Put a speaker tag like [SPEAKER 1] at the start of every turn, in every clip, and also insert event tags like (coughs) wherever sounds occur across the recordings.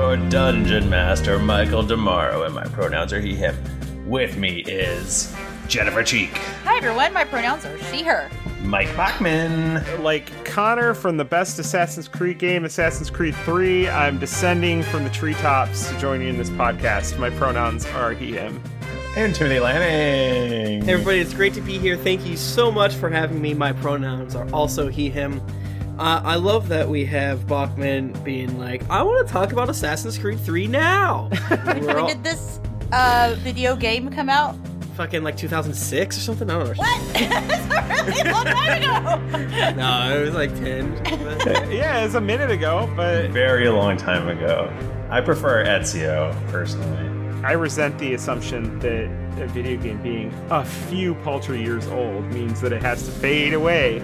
[SPEAKER 1] Dungeon Master Michael DeMaro, and my pronouns are he, him. With me is Jennifer Cheek,
[SPEAKER 2] Hi everyone, my pronouns are she, her.
[SPEAKER 1] Mike Bachman,
[SPEAKER 3] like Connor from the best Assassin's Creed game, Assassin's Creed 3, I'm descending from the treetops to join you in this podcast. My pronouns are he, him.
[SPEAKER 1] and Timothy Lanning.
[SPEAKER 4] Hey, everybody, it's great to be here. Thank you so much for having me. My pronouns are also he, him. Uh, I love that we have Bachman being like, I want to talk about Assassin's Creed 3
[SPEAKER 1] (laughs)
[SPEAKER 4] now. We're
[SPEAKER 2] When
[SPEAKER 4] all
[SPEAKER 2] did this uh, video game come out?
[SPEAKER 4] (laughs) fucking like 2006 or something. I don't know.
[SPEAKER 2] What? it's a really long time ago.
[SPEAKER 4] No, it was like 10.
[SPEAKER 3] Yeah, it's a minute ago, but
[SPEAKER 1] Very long time ago. I prefer Ezio, personally.
[SPEAKER 3] I resent the assumption that a video game being a few paltry years old means that it has to fade away,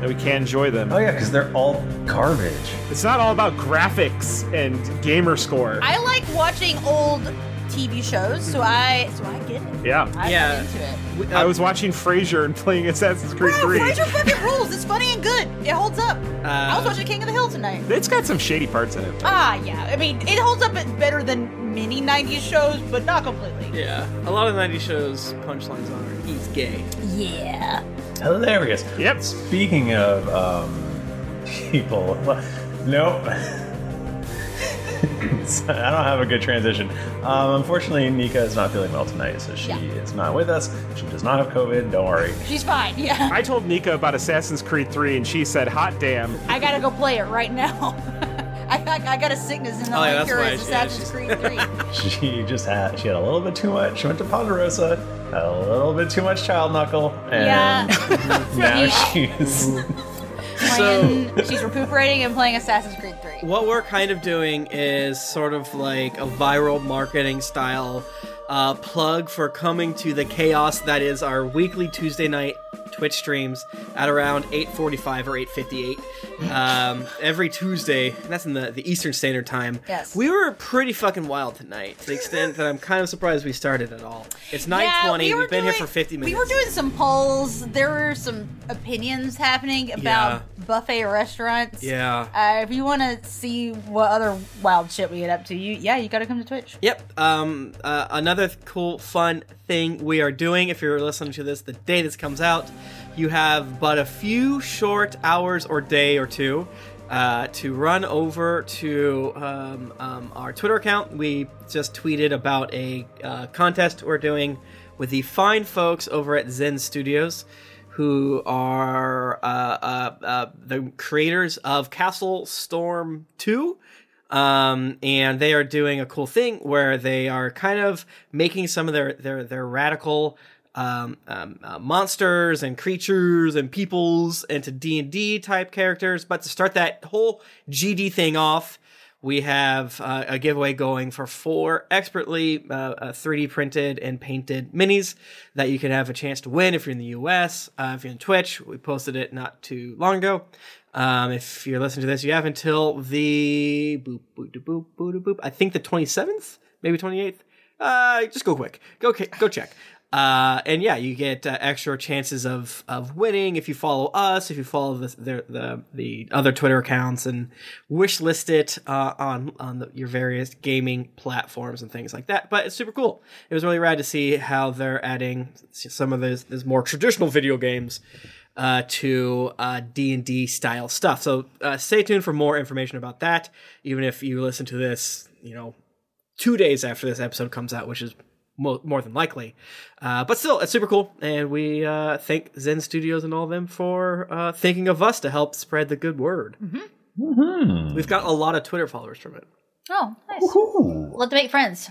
[SPEAKER 3] that we can't enjoy them.
[SPEAKER 1] Oh, yeah, because they're all garbage.
[SPEAKER 3] It's not all about graphics and gamer score.
[SPEAKER 2] I like watching old TV shows, so I so I get it.
[SPEAKER 3] yeah.
[SPEAKER 2] I
[SPEAKER 4] Yeah.
[SPEAKER 2] yeah. into it.
[SPEAKER 4] We- uh,
[SPEAKER 3] I was watching Frasier and playing Assassin's Creed
[SPEAKER 2] Bro,
[SPEAKER 3] 3.
[SPEAKER 2] why your fucking rules? It's funny and good. It holds up. I
[SPEAKER 4] Uh,
[SPEAKER 2] was watching King of the Hill tonight.
[SPEAKER 3] It's got some shady parts in it.
[SPEAKER 2] Ah, yeah. I mean, it holds up better than many '90s shows, but not completely.
[SPEAKER 4] Yeah, a lot of 90 shows punchlines are he's gay.
[SPEAKER 2] Yeah.
[SPEAKER 1] Hilarious.
[SPEAKER 3] Yep.
[SPEAKER 1] Speaking of um, people, nope. (laughs) I don't have a good transition. Um, unfortunately, Nika is not feeling well tonight, so she
[SPEAKER 2] Yeah.
[SPEAKER 1] is not with us. She does not have COVID. Don't worry.
[SPEAKER 2] She's fine. Yeah.
[SPEAKER 3] I told Nika about Assassin's Creed 3 and she said, hot damn.
[SPEAKER 2] I gotta go play it right now. (laughs) I, I, I got a sickness and
[SPEAKER 4] Oh, yeah,
[SPEAKER 2] I'm
[SPEAKER 4] that's
[SPEAKER 2] like, here
[SPEAKER 4] why
[SPEAKER 2] is
[SPEAKER 4] she- yeah,
[SPEAKER 2] Assassin's Creed 3.
[SPEAKER 1] She just had she had a little bit too much. She went to Ponderosa, had a little bit too much child knuckle,
[SPEAKER 4] (laughs)
[SPEAKER 1] and now
[SPEAKER 2] (laughs) Yeah.
[SPEAKER 1] (laughs) she's
[SPEAKER 2] playing, she's recuperating and playing Assassin's Creed 3.
[SPEAKER 4] What we're kind of doing is sort of like a viral marketing style uh, plug for coming to the chaos that is our weekly Tuesday night Twitch streams at around 8:45 or 8:58 um, every Tuesday. And that's in the, the Eastern Standard Time.
[SPEAKER 2] Yes.
[SPEAKER 4] we were pretty fucking wild tonight to the extent that I'm kind of surprised we started at all. It's 9:20. we
[SPEAKER 2] were
[SPEAKER 4] have been here
[SPEAKER 2] doing-
[SPEAKER 4] for 50 minutes.
[SPEAKER 2] We were doing some polls. There were some opinions happening about buffet restaurants.
[SPEAKER 4] Yeah.
[SPEAKER 2] Uh, if you want to see what other wild shit we get up to, you yeah, you got to come to Twitch.
[SPEAKER 4] Yep. Um, uh, another th- cool, fun thing we are doing, if you're listening to this the day this comes out, you have but a few short hours or day or two uh, to run over to um, um, our Twitter account. We just tweeted about a uh, contest we're doing with the fine folks over at Zen Studios who are uh, uh, uh, the creators of Castle Storm 2. Um, and they are doing a cool thing where they are kind of making some of their their their radical um, um, uh, monsters and creatures and peoples into D and D type characters. But to start that whole GD thing off, we have uh, a giveaway going for four expertly uh, uh, 3D printed and painted minis that you can have a chance to win if you're in the US. Uh, if you're on Twitch, we posted it not too long ago. Um, if you're listening to this, you have until the boop, boop, boop, boop, boop, boop, I think the 27th, maybe 28th. Uh, just go quick. Go ca- go check. Uh, and yeah, you get uh, extra chances of of winning if you follow us, if you follow the the the, the other Twitter accounts, and wish list it uh, on on the, your various gaming platforms and things like that. But it's super cool. It was really rad to see how they're adding s- some of those, those more traditional video games uh, to D and D style stuff. So uh, stay tuned for more information about that. Even if you listen to this, you know two days after this episode comes out, which is mo- more than likely. Uh, but still, it's super cool, and we uh, thank Zen Studios and all of them for uh, thinking of us to help spread the good word. We've got a lot of Twitter followers from it.
[SPEAKER 2] Oh, nice. Love to make friends.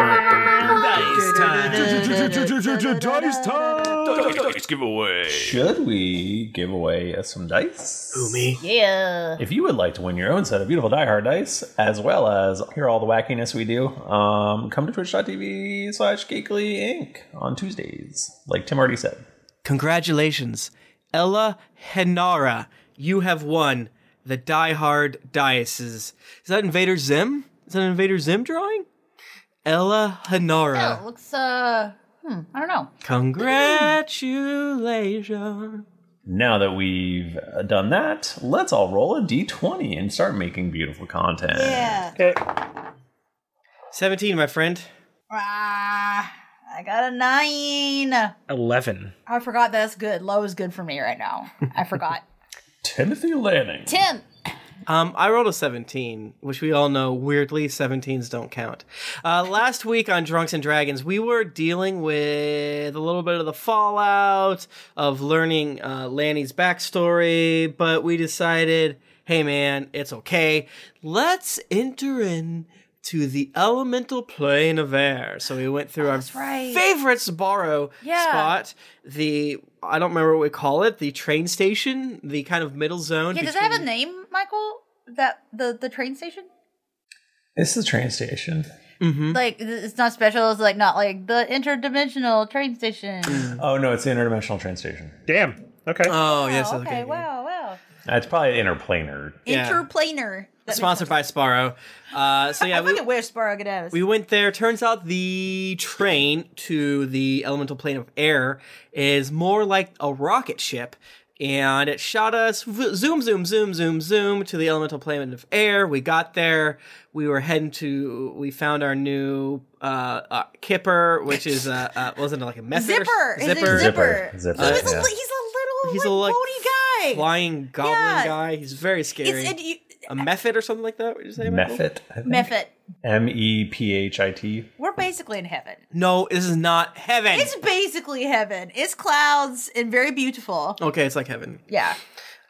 [SPEAKER 4] Dice
[SPEAKER 3] Dice time!
[SPEAKER 5] Dice giveaway.
[SPEAKER 1] Should we give away uh, some dice?
[SPEAKER 4] Who, me?
[SPEAKER 2] Yeah.
[SPEAKER 1] If you would like to win your own set of beautiful Die Hard dice, as well as hear all the wackiness we do, um, come to twitch.tv slash geekly inc on Tuesdays, like Tim already said.
[SPEAKER 4] Congratulations, Ella Henara. You have won the Die Hard Dices. Is that Invader Zim? Is that an Invader Zim drawing? Ella Henara.
[SPEAKER 2] Oh, looks uh, hmm, I don't know.
[SPEAKER 4] Congratulations.
[SPEAKER 1] Now that we've uh, done that, let's all roll a d20 and start making beautiful content.
[SPEAKER 2] Yeah.
[SPEAKER 4] 17, my friend.
[SPEAKER 2] Ah, I got a nine.
[SPEAKER 6] 11.
[SPEAKER 2] I forgot that's good. Low is good for me right now.
[SPEAKER 4] (laughs)
[SPEAKER 2] I forgot.
[SPEAKER 1] Timothy Lanning.
[SPEAKER 2] Tim.
[SPEAKER 4] Um, I rolled a 17, which we all know weirdly 17s don't count. Uh, last week on Drunks and Dragons, we were dealing with a little bit of the fallout of learning uh, Lanny's backstory, but we decided, hey man, it's okay. Let's enter in to the elemental plane of air. So we went through our
[SPEAKER 2] Oh, right.
[SPEAKER 4] favorite Sbarro
[SPEAKER 2] Yeah.
[SPEAKER 4] spot, the I don't remember what we call it, the train station, the kind of middle zone.
[SPEAKER 2] Yeah, does it have a
[SPEAKER 4] between-
[SPEAKER 2] name, Michael? That the the train station?
[SPEAKER 1] This is the train station.
[SPEAKER 4] Mm-hmm. Hmm?
[SPEAKER 2] Like th- it's not special. It's like not like the interdimensional train station.
[SPEAKER 4] Hmm.
[SPEAKER 1] Oh, no, it's the interdimensional train station.
[SPEAKER 3] Damn. Okay.
[SPEAKER 4] Oh, yes.
[SPEAKER 2] Oh,
[SPEAKER 4] okay,
[SPEAKER 2] okay,
[SPEAKER 4] yeah.
[SPEAKER 2] wow, wow.
[SPEAKER 1] Uh, It's probably interplanar.
[SPEAKER 4] Yeah.
[SPEAKER 2] Interplanar. That
[SPEAKER 4] Sponsored by Sparrow. Uh, so yeah,
[SPEAKER 2] I
[SPEAKER 4] we,
[SPEAKER 2] fucking wish Sparrow could have us.
[SPEAKER 4] we went there. Turns out the train to the elemental plane of air is more like a rocket ship. And it shot us v- zoom, zoom, zoom, zoom, zoom to the elemental plane of air. We got there. We were heading to. We found our new uh, uh, kipper, which is uh, uh, wasn't it like a method or
[SPEAKER 2] Zipper.
[SPEAKER 4] s-
[SPEAKER 2] Is it Zipper.
[SPEAKER 1] Zipper. Zipper,
[SPEAKER 2] He
[SPEAKER 1] yeah.
[SPEAKER 2] was a, li- he's a little
[SPEAKER 4] He's
[SPEAKER 2] he's
[SPEAKER 4] a, like,
[SPEAKER 2] like, bony guy.
[SPEAKER 4] flying goblin
[SPEAKER 2] Yeah.
[SPEAKER 4] guy. He's very scary.
[SPEAKER 2] It's and you,
[SPEAKER 4] a method or something like that. Would you say Michael?
[SPEAKER 1] Mephit. I think.
[SPEAKER 2] Mephit.
[SPEAKER 1] M E P H I T.
[SPEAKER 2] We're basically in heaven.
[SPEAKER 4] No, this is not heaven.
[SPEAKER 2] It's basically heaven. It's clouds and very beautiful.
[SPEAKER 4] okay, it's like heaven.
[SPEAKER 2] Yeah.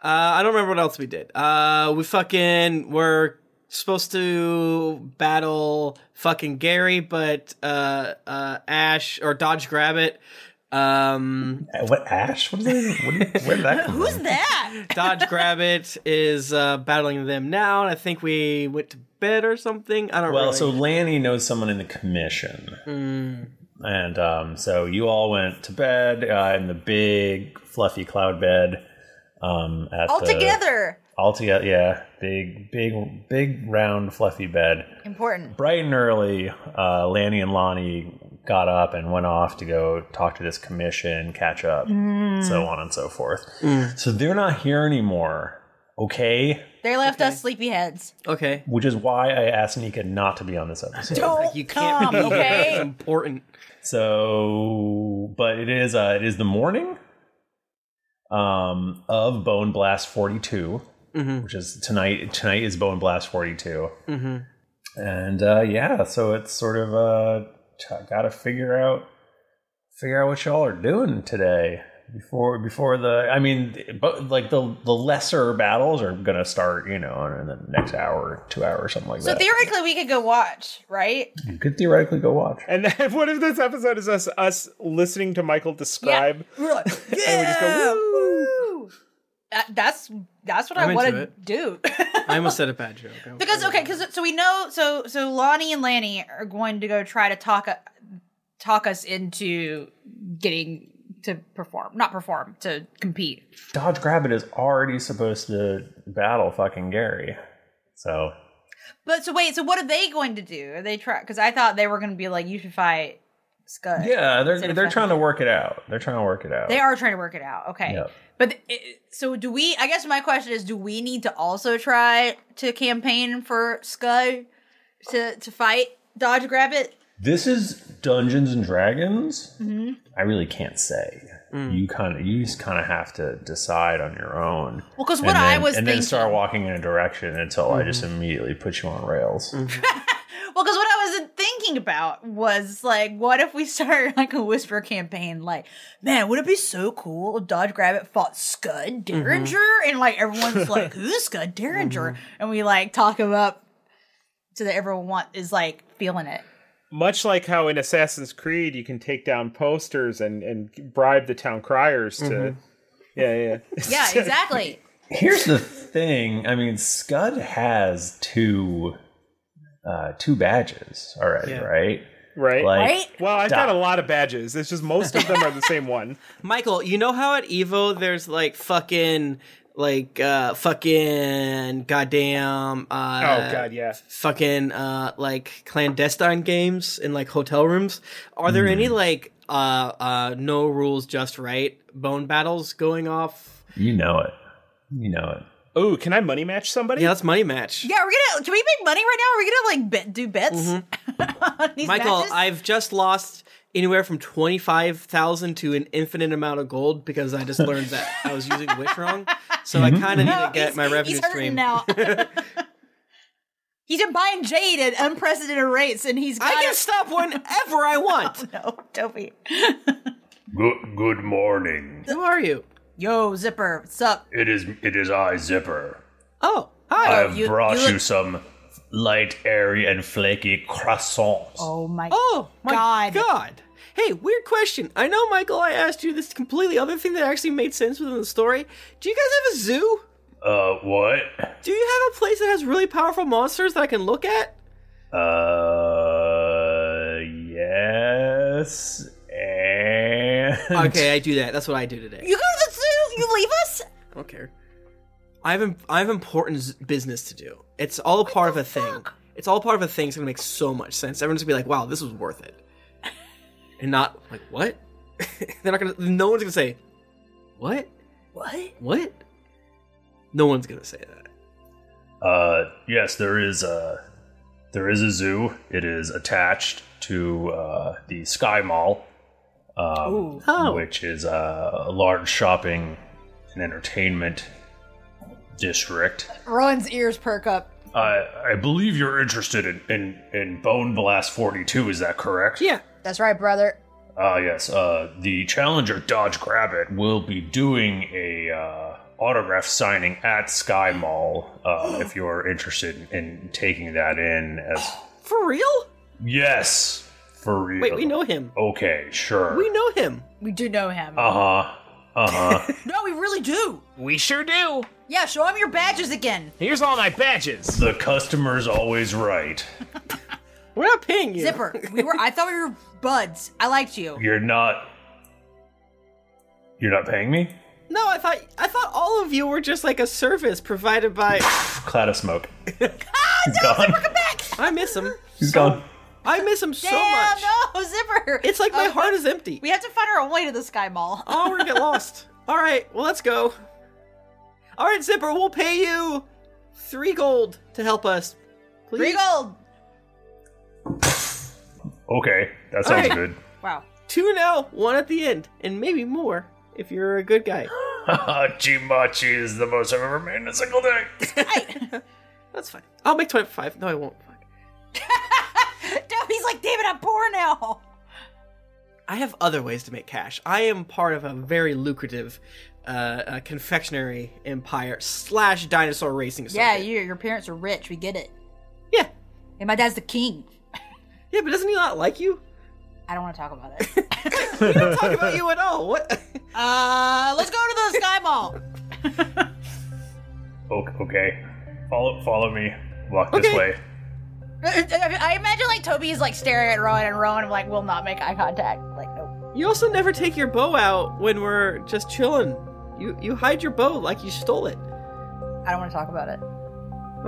[SPEAKER 4] Uh, I don't remember what else we did. Uh, we fucking were supposed to battle fucking Gary, but uh, uh, Ash or Dodge Grabbit. Um,
[SPEAKER 1] Uh, What Ash? What is that? What, do you- where did that come
[SPEAKER 2] Who's
[SPEAKER 1] from?
[SPEAKER 2] that?
[SPEAKER 4] Dodge Grabbit is uh, battling them now, and I think we went to bed or something. I don't.
[SPEAKER 1] Well,
[SPEAKER 4] really- Mm,
[SPEAKER 1] so Lanny knows someone in the commission, and um, so you all went to bed uh, in the big fluffy cloud bed. Um, at
[SPEAKER 4] uh,
[SPEAKER 2] All
[SPEAKER 1] the-
[SPEAKER 2] together.
[SPEAKER 1] all together, yeah, big, big, big round fluffy bed.
[SPEAKER 2] Important.
[SPEAKER 1] Bright and early, uh, Lanny and Lonnie got up and went off to go talk to this commission, catch up, so on and so forth.
[SPEAKER 4] Mm.
[SPEAKER 1] So they're not here anymore. Okay,
[SPEAKER 2] They left us
[SPEAKER 4] (laughs)
[SPEAKER 2] sleepy heads.
[SPEAKER 4] okay,
[SPEAKER 1] which is why I asked Nika not to be on this episode.
[SPEAKER 2] Don't
[SPEAKER 4] you can't
[SPEAKER 2] come,
[SPEAKER 4] be here. (laughs) It's
[SPEAKER 2] okay?
[SPEAKER 4] important.
[SPEAKER 1] So, but it is uh, it is the morning um, of Bone
[SPEAKER 4] Mm-hmm.
[SPEAKER 1] Blast 42, which is tonight. Tonight is Bone Blast 42, And uh, yeah, so it's sort of uh, t- got to figure out figure out what y'all are doing today before before the. I mean, but like the the lesser battles are gonna start, you know, in the next hour, two hours, something like
[SPEAKER 2] So
[SPEAKER 1] that.
[SPEAKER 2] theoretically, we could go watch, right?
[SPEAKER 1] you could theoretically go watch.
[SPEAKER 3] And then (laughs) what if this episode is us us listening to Michael describe?
[SPEAKER 2] (laughs) We're
[SPEAKER 3] (laughs)
[SPEAKER 2] like,
[SPEAKER 3] And we just go,
[SPEAKER 2] woo! Uh, that's that's what
[SPEAKER 4] I'm
[SPEAKER 2] i want
[SPEAKER 4] into
[SPEAKER 2] to
[SPEAKER 4] it.
[SPEAKER 2] do.
[SPEAKER 4] I almost said a bad joke.
[SPEAKER 2] Because okay, because so we know, so so Lonnie and Lanny are going to go try to talk talk us into getting to perform, not perform, to compete.
[SPEAKER 1] Dodge Grabbit is already supposed to battle fucking Gary, so
[SPEAKER 2] But so wait, so what are they going to do? Are they try? Because I thought they were going to be like, you should fight Scud.
[SPEAKER 1] yeah, they're
[SPEAKER 2] instead of
[SPEAKER 1] they're
[SPEAKER 2] fucking-
[SPEAKER 1] trying to work it out. They're trying to work it out.
[SPEAKER 2] They are trying to work it out. Okay.
[SPEAKER 1] Yep.
[SPEAKER 2] But it, so do we? I guess my question is, do we need to also try to campaign for Scud to to fight Dodge Grabbit?
[SPEAKER 1] This is Dungeons and Dragons.
[SPEAKER 2] Mm-hmm.
[SPEAKER 1] I really can't say.
[SPEAKER 2] Mm.
[SPEAKER 1] You kind of you just kind of have to decide on your own.
[SPEAKER 2] Well, 'cause
[SPEAKER 1] And
[SPEAKER 2] what I
[SPEAKER 1] then-
[SPEAKER 2] was
[SPEAKER 1] and then
[SPEAKER 2] thinking- Mm-hmm.
[SPEAKER 1] start walking in a direction until I just immediately put you on rails.
[SPEAKER 2] Well, because what I was thinking about was like, what if we (laughs) started like a whisper campaign? Like, man, would it be so cool if Dodge Grabbit fought Scud Derringer? And like, everyone's like, who's Scud Derringer? And we like talk him up so that everyone want, is like feeling it.
[SPEAKER 3] Much like how in Assassin's Creed you can take down posters and and bribe the town criers to.
[SPEAKER 1] Mhm.
[SPEAKER 3] Yeah, yeah. (laughs)
[SPEAKER 2] Yeah, exactly.
[SPEAKER 1] (laughs) Here's the thing. I mean, Scud has two uh two badges already,
[SPEAKER 3] Yeah.
[SPEAKER 1] right?
[SPEAKER 3] Right.
[SPEAKER 1] Like,
[SPEAKER 3] Well, I've got
[SPEAKER 1] Dot-
[SPEAKER 3] a lot of badges. It's just most of them are the
[SPEAKER 6] (laughs)
[SPEAKER 3] same one.
[SPEAKER 4] Michael, you know how at Evo there's like fucking like uh fucking goddamn uh
[SPEAKER 3] Oh, God, yeah.
[SPEAKER 4] fucking uh like clandestine games in like hotel rooms. Are there any like uh uh no rules just right bone battles going off?
[SPEAKER 1] You know it. You know it.
[SPEAKER 3] Oh, can I money match somebody?
[SPEAKER 4] Yeah, that's money match.
[SPEAKER 2] Yeah, we're gonna. Do we make money right now? Are we gonna like bet, do bets? on these
[SPEAKER 4] Michael,
[SPEAKER 2] matches?
[SPEAKER 4] I've just lost anywhere from 25,000 to an infinite amount of gold because I just learned that I was
[SPEAKER 2] (laughs)
[SPEAKER 4] using Wish wrong. So I
[SPEAKER 1] Mhm,
[SPEAKER 4] kind of need
[SPEAKER 1] mhm.
[SPEAKER 4] to get my revenue
[SPEAKER 2] he's
[SPEAKER 4] stream.
[SPEAKER 2] hurting
[SPEAKER 4] (laughs)
[SPEAKER 2] now. he's been buying jade at unprecedented rates, and he's. I can
[SPEAKER 4] stop whenever I want.
[SPEAKER 2] (laughs) no, Toby.
[SPEAKER 5] Good, good morning.
[SPEAKER 4] Who are you?
[SPEAKER 2] Yo, Zipper. What's up?
[SPEAKER 5] It is it is I, Zipper.
[SPEAKER 4] Oh,
[SPEAKER 5] I
[SPEAKER 2] hi.
[SPEAKER 5] have brought you, some light, airy, and flaky croissants.
[SPEAKER 2] Oh my.
[SPEAKER 4] Oh my God. Hey, weird question. I know, Michael. I asked you this completely other thing that actually made sense within the story. Do you guys have a zoo?
[SPEAKER 5] Uh, what?
[SPEAKER 4] Do you have a place that has really powerful monsters that I can look at?
[SPEAKER 5] Uh,
[SPEAKER 1] yes. And
[SPEAKER 4] Okay, I do that. That's what I do today.
[SPEAKER 2] You go to the zoo. You leave us.
[SPEAKER 4] I don't care. I have imp- I have important s- business to do. It's all a part of a thing. It's all part of a thing. It's gonna make so much sense. Everyone's gonna be like, "Wow, this was worth (laughs) it," and not like, "What?" (laughs) They're not gonna. No one's gonna say, "What?
[SPEAKER 2] What?
[SPEAKER 4] What?" No one's gonna say that.
[SPEAKER 5] Uh, yes, there is a there is a zoo. It is attached to uh, the Sky Mall, um,
[SPEAKER 1] Ooh. Oh.
[SPEAKER 5] which is uh, a large shopping and entertainment district.
[SPEAKER 2] Rowan's ears perk up.
[SPEAKER 5] I I believe you're interested in in, in Bone Blast 42. Is that correct?
[SPEAKER 4] Yeah.
[SPEAKER 2] That's right, brother.
[SPEAKER 5] Ah, yes. Uh, the Challenger Dodge Grabbit will be doing a uh, autograph signing at Sky Mall. Uh, if you're interested in taking that in, as
[SPEAKER 4] For real?
[SPEAKER 5] yes, for real.
[SPEAKER 4] Wait, we know him.
[SPEAKER 5] Okay, sure.
[SPEAKER 4] We know him.
[SPEAKER 2] We do know him.
[SPEAKER 5] Uh huh. Uh huh.
[SPEAKER 2] no, (laughs) we really do.
[SPEAKER 5] we sure do.
[SPEAKER 2] Yeah, show him your badges again.
[SPEAKER 5] Here's all my badges. The customer's always right.
[SPEAKER 4] We're not paying you.
[SPEAKER 2] Zipper. We were. I thought we were buds. I liked you.
[SPEAKER 5] You're not. You're not paying me.
[SPEAKER 4] No, I thought I thought all of you were just like a service provided (laughs) by.
[SPEAKER 1] Cloud of smoke. He's gone.
[SPEAKER 4] I miss him.
[SPEAKER 1] He's gone.
[SPEAKER 4] I miss him so
[SPEAKER 2] Damn,
[SPEAKER 4] much.
[SPEAKER 2] no, Zipper.
[SPEAKER 4] It's like my heart is empty. (laughs)
[SPEAKER 2] We have to find our own way to the Sky Mall.
[SPEAKER 4] Oh, we're gonna get lost. (laughs) All right, well, let's go. All right, Zipper, we'll pay you three gold to help us. Please.
[SPEAKER 2] Three gold.
[SPEAKER 5] Okay, that sounds
[SPEAKER 4] Alright.
[SPEAKER 5] good. (laughs)
[SPEAKER 2] Wow.
[SPEAKER 4] Two now, one at the end, and maybe more if you're a good guy. (gasps)
[SPEAKER 5] Jimachi is the most I've ever made in a single day.
[SPEAKER 2] (laughs)
[SPEAKER 4] That's fine. I'll make 25. No, I won't. Fuck.
[SPEAKER 2] He's like, David, I'm poor now.
[SPEAKER 4] I have other ways to make cash. I am part of a very lucrative uh, uh, confectionery empire slash dinosaur racing.
[SPEAKER 2] Yeah, you, your parents are rich. We get it.
[SPEAKER 4] Yeah.
[SPEAKER 2] And my dad's the king.
[SPEAKER 4] Yeah, but doesn't he not like you?
[SPEAKER 2] I don't want to talk about it.
[SPEAKER 4] (laughs) we don't talk about you at all. What?
[SPEAKER 2] Uh, let's go to the Sky Mall.
[SPEAKER 5] Okay, okay. Follow, follow me. Walk this way.
[SPEAKER 2] (laughs) I imagine like Toby is like staring at Rowan, and Rowan like will not make eye contact. Like,
[SPEAKER 4] You also never take your bow out when we're just chilling. You you hide your bow like you stole it.
[SPEAKER 2] I don't want to talk about it.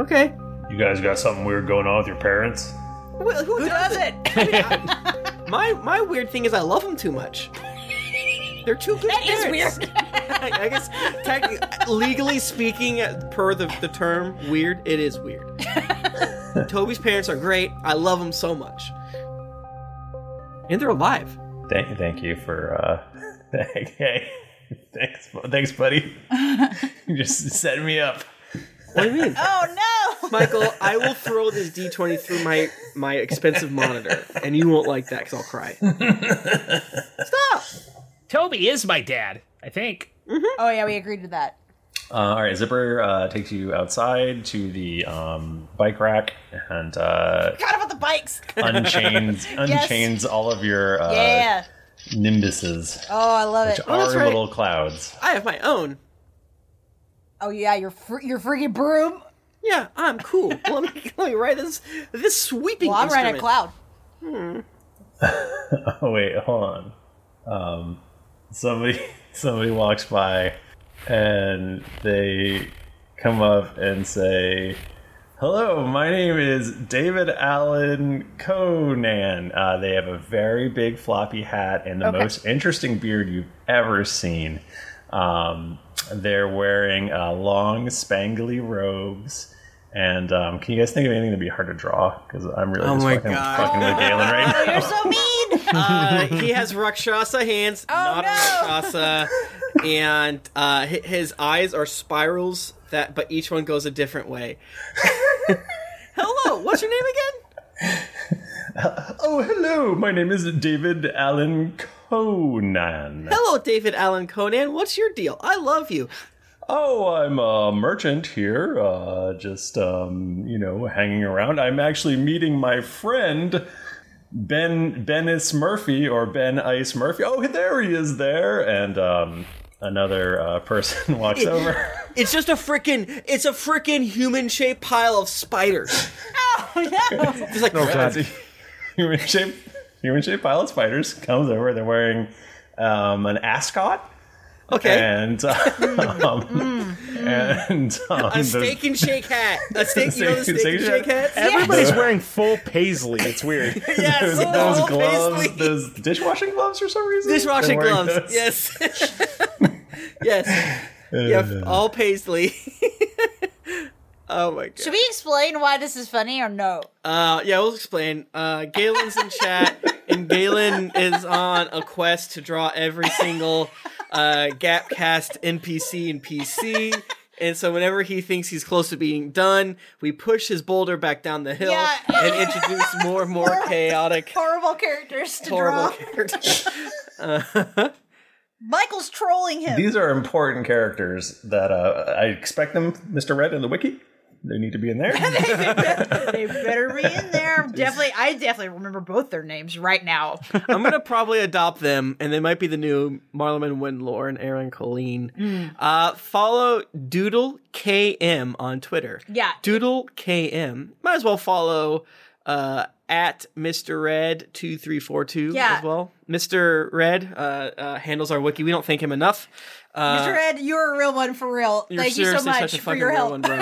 [SPEAKER 4] Okay.
[SPEAKER 5] You guys got something weird going on with your parents?
[SPEAKER 4] Who, who, does, it? I mean, I- my my weird thing is I love them too much. They're too good. That is weird. (laughs) I, I guess technically- legally speaking, per the, the term weird, it is weird. (laughs) Toby's parents are great. I love them so much, and they're alive.
[SPEAKER 1] Thank, thank you for. Uh, (laughs) okay. Thanks, bu- thanks,
[SPEAKER 2] (laughs)
[SPEAKER 1] buddy. you just set me up.
[SPEAKER 4] What do you mean?
[SPEAKER 2] Oh no,
[SPEAKER 4] (laughs) Michael! I will throw this D twenty through my my expensive monitor, and you won't like that because I'll cry. Stop. Mm-hmm.
[SPEAKER 6] Toby is my dad, I think.
[SPEAKER 2] Oh yeah, we agreed to that.
[SPEAKER 1] Uh, all right, Zipper uh, takes you outside to the um, bike rack and
[SPEAKER 2] (laughs)
[SPEAKER 1] uh,
[SPEAKER 2] Forgot about the bikes.
[SPEAKER 1] unchains
[SPEAKER 2] (laughs) Yes.
[SPEAKER 1] unchains all of your uh,
[SPEAKER 2] yeah.
[SPEAKER 1] nimbuses,
[SPEAKER 2] Oh, I love
[SPEAKER 1] which
[SPEAKER 2] it.
[SPEAKER 1] are little clouds.
[SPEAKER 4] I have my own.
[SPEAKER 2] Oh yeah, your fr- your freaking broom.
[SPEAKER 4] Yeah, I'm cool.
[SPEAKER 2] (laughs)
[SPEAKER 4] let me let me write this this sweeping.
[SPEAKER 2] Well, I'm riding a
[SPEAKER 4] instrument.
[SPEAKER 2] cloud.
[SPEAKER 4] Hmm.
[SPEAKER 1] oh (laughs) wait, hold on. Um, somebody (laughs) somebody walks by, and they come up and say, "Hello, my name is David Allen Conan." Uh, they have a very big floppy hat and the
[SPEAKER 5] Okay.
[SPEAKER 1] most interesting beard you've ever seen. Um, they're wearing uh, long, spangly robes. And um, can you guys think of anything that'd be hard to draw? Because I'm really
[SPEAKER 4] Oh
[SPEAKER 1] just
[SPEAKER 4] my
[SPEAKER 1] fucking,
[SPEAKER 4] God.
[SPEAKER 1] fucking with Galen right now.
[SPEAKER 2] You're so mean.
[SPEAKER 4] uh, he has rakshasa hands,
[SPEAKER 2] Oh,
[SPEAKER 4] not
[SPEAKER 2] (laughs)
[SPEAKER 4] a rakshasa, and uh, hi- his eyes are spirals that, but each one goes a different way. Hello, what's your name again?
[SPEAKER 1] Oh, hello. My name is David Allen Conan.
[SPEAKER 4] Hello, David Allen Conan. What's your deal? I love you.
[SPEAKER 1] Oh, I'm a merchant here, uh, just, um, you know, hanging around. I'm actually meeting my friend, Ben Benis Murphy, or Ben Ice Murphy. Oh, there he is there. And um, another uh, person (laughs) walks over.
[SPEAKER 4] (laughs) It's just a freaking, it's a freaking human-shaped pile of spiders.
[SPEAKER 2] (laughs) Oh no!
[SPEAKER 4] Just like
[SPEAKER 1] (laughs) human shape, human shape pile of spiders comes over. They're wearing um, an ascot.
[SPEAKER 4] Okay.
[SPEAKER 1] And (laughs) uh, um, and um,
[SPEAKER 4] a steak and shake hat. A steak, you know the steak,
[SPEAKER 1] Steak- (laughs)
[SPEAKER 4] and
[SPEAKER 1] steak
[SPEAKER 4] shake hats.
[SPEAKER 3] Everybody's wearing full paisley. It's
[SPEAKER 4] (laughs)
[SPEAKER 3] weird.
[SPEAKER 1] (laughs) Those, those gloves, those dishwashing gloves for some reason.
[SPEAKER 4] Dishwashing
[SPEAKER 1] They're wearing
[SPEAKER 4] gloves.
[SPEAKER 3] (laughs)
[SPEAKER 1] those.
[SPEAKER 4] Yes. yes. Yep. All paisley. (laughs) oh my god.
[SPEAKER 2] Should we explain why this is funny or no?
[SPEAKER 4] Uh, yeah, we'll explain. Uh, Galen's in chat, and Galen is on a quest to draw every single uh, Gapcast NPC and PC. And so, whenever he thinks he's close to being done, we push his boulder back down the hill
[SPEAKER 2] Yeah.
[SPEAKER 4] and introduce more and more
[SPEAKER 2] (laughs)
[SPEAKER 4] chaotic,
[SPEAKER 2] Horrible characters to
[SPEAKER 4] horrible
[SPEAKER 2] draw. (laughs)
[SPEAKER 4] characters. Uh-huh.
[SPEAKER 2] Michael's trolling him.
[SPEAKER 1] These are important characters that uh, I expect them, Mr. Red, in the wiki. They need to be
[SPEAKER 4] (laughs)
[SPEAKER 1] in there.
[SPEAKER 2] they better be
[SPEAKER 1] (laughs)
[SPEAKER 2] in there. Definitely, I definitely remember both their names
[SPEAKER 4] (laughs)
[SPEAKER 2] right now.
[SPEAKER 4] I'm gonna probably adopt them, and they might be the new Marlon Windlore and Aaron Colleen.
[SPEAKER 2] Mm.
[SPEAKER 4] Uh, follow Doodle KM on Twitter.
[SPEAKER 2] Yeah.
[SPEAKER 4] Doodle KM. Might as well follow uh, at Mr. Red two three four two
[SPEAKER 2] Yeah.
[SPEAKER 4] as well. Mr. Red uh, uh, handles our wiki. We don't thank him enough. Uh,
[SPEAKER 2] Mr. Ed, you're a real one for real.
[SPEAKER 4] You're
[SPEAKER 2] Thank you so
[SPEAKER 4] seriously
[SPEAKER 2] much
[SPEAKER 4] such a
[SPEAKER 2] for
[SPEAKER 4] fucking
[SPEAKER 2] your
[SPEAKER 4] real
[SPEAKER 2] help.
[SPEAKER 4] one,
[SPEAKER 2] (laughs)
[SPEAKER 4] bro.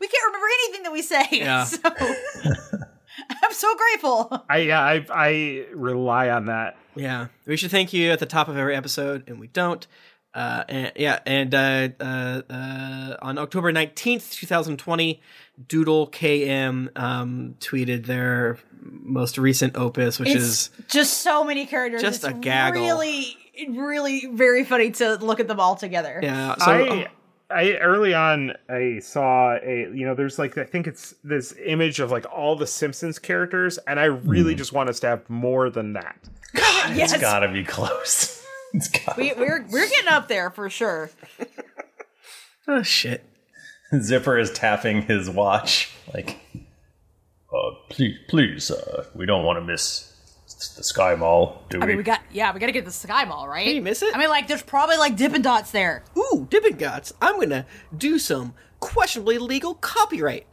[SPEAKER 2] we can't remember anything that we say.
[SPEAKER 3] Yeah.
[SPEAKER 2] So (laughs) I'm so grateful.
[SPEAKER 3] I, yeah, I I rely on that.
[SPEAKER 4] Yeah, we should thank you at the top of every episode, and we don't. Uh, and, yeah, and uh, uh, uh, on October nineteenth, two thousand twenty, Doodle KM um, tweeted their most recent opus, which
[SPEAKER 2] It's
[SPEAKER 4] is
[SPEAKER 2] just so many characters.
[SPEAKER 4] Just
[SPEAKER 2] It's
[SPEAKER 4] a gaggle.
[SPEAKER 2] Really, really very funny to look at them all together.
[SPEAKER 4] (laughs)
[SPEAKER 1] um,
[SPEAKER 4] yeah. So
[SPEAKER 3] I I early on I saw a you know there's like I think it's this image of like all the Simpsons characters, and I really just want us to have more than that.
[SPEAKER 2] yes,
[SPEAKER 1] Hmm. It's gotta be close.
[SPEAKER 4] um,
[SPEAKER 2] we, we're we're getting up there for sure.
[SPEAKER 4] oh shit!
[SPEAKER 1] Zipper is tapping his watch. Like,
[SPEAKER 5] Uh, please, please, uh, we don't want to miss the Sky Mall, do
[SPEAKER 2] I
[SPEAKER 5] we?
[SPEAKER 2] mean, we got yeah, we got to get the Sky Mall right.
[SPEAKER 4] Can you miss it?
[SPEAKER 2] I mean, like there's probably like Dippin'
[SPEAKER 4] (laughs)
[SPEAKER 2] Dots there.
[SPEAKER 4] Ooh, Dippin' Dots. I'm gonna do some questionably legal copyright.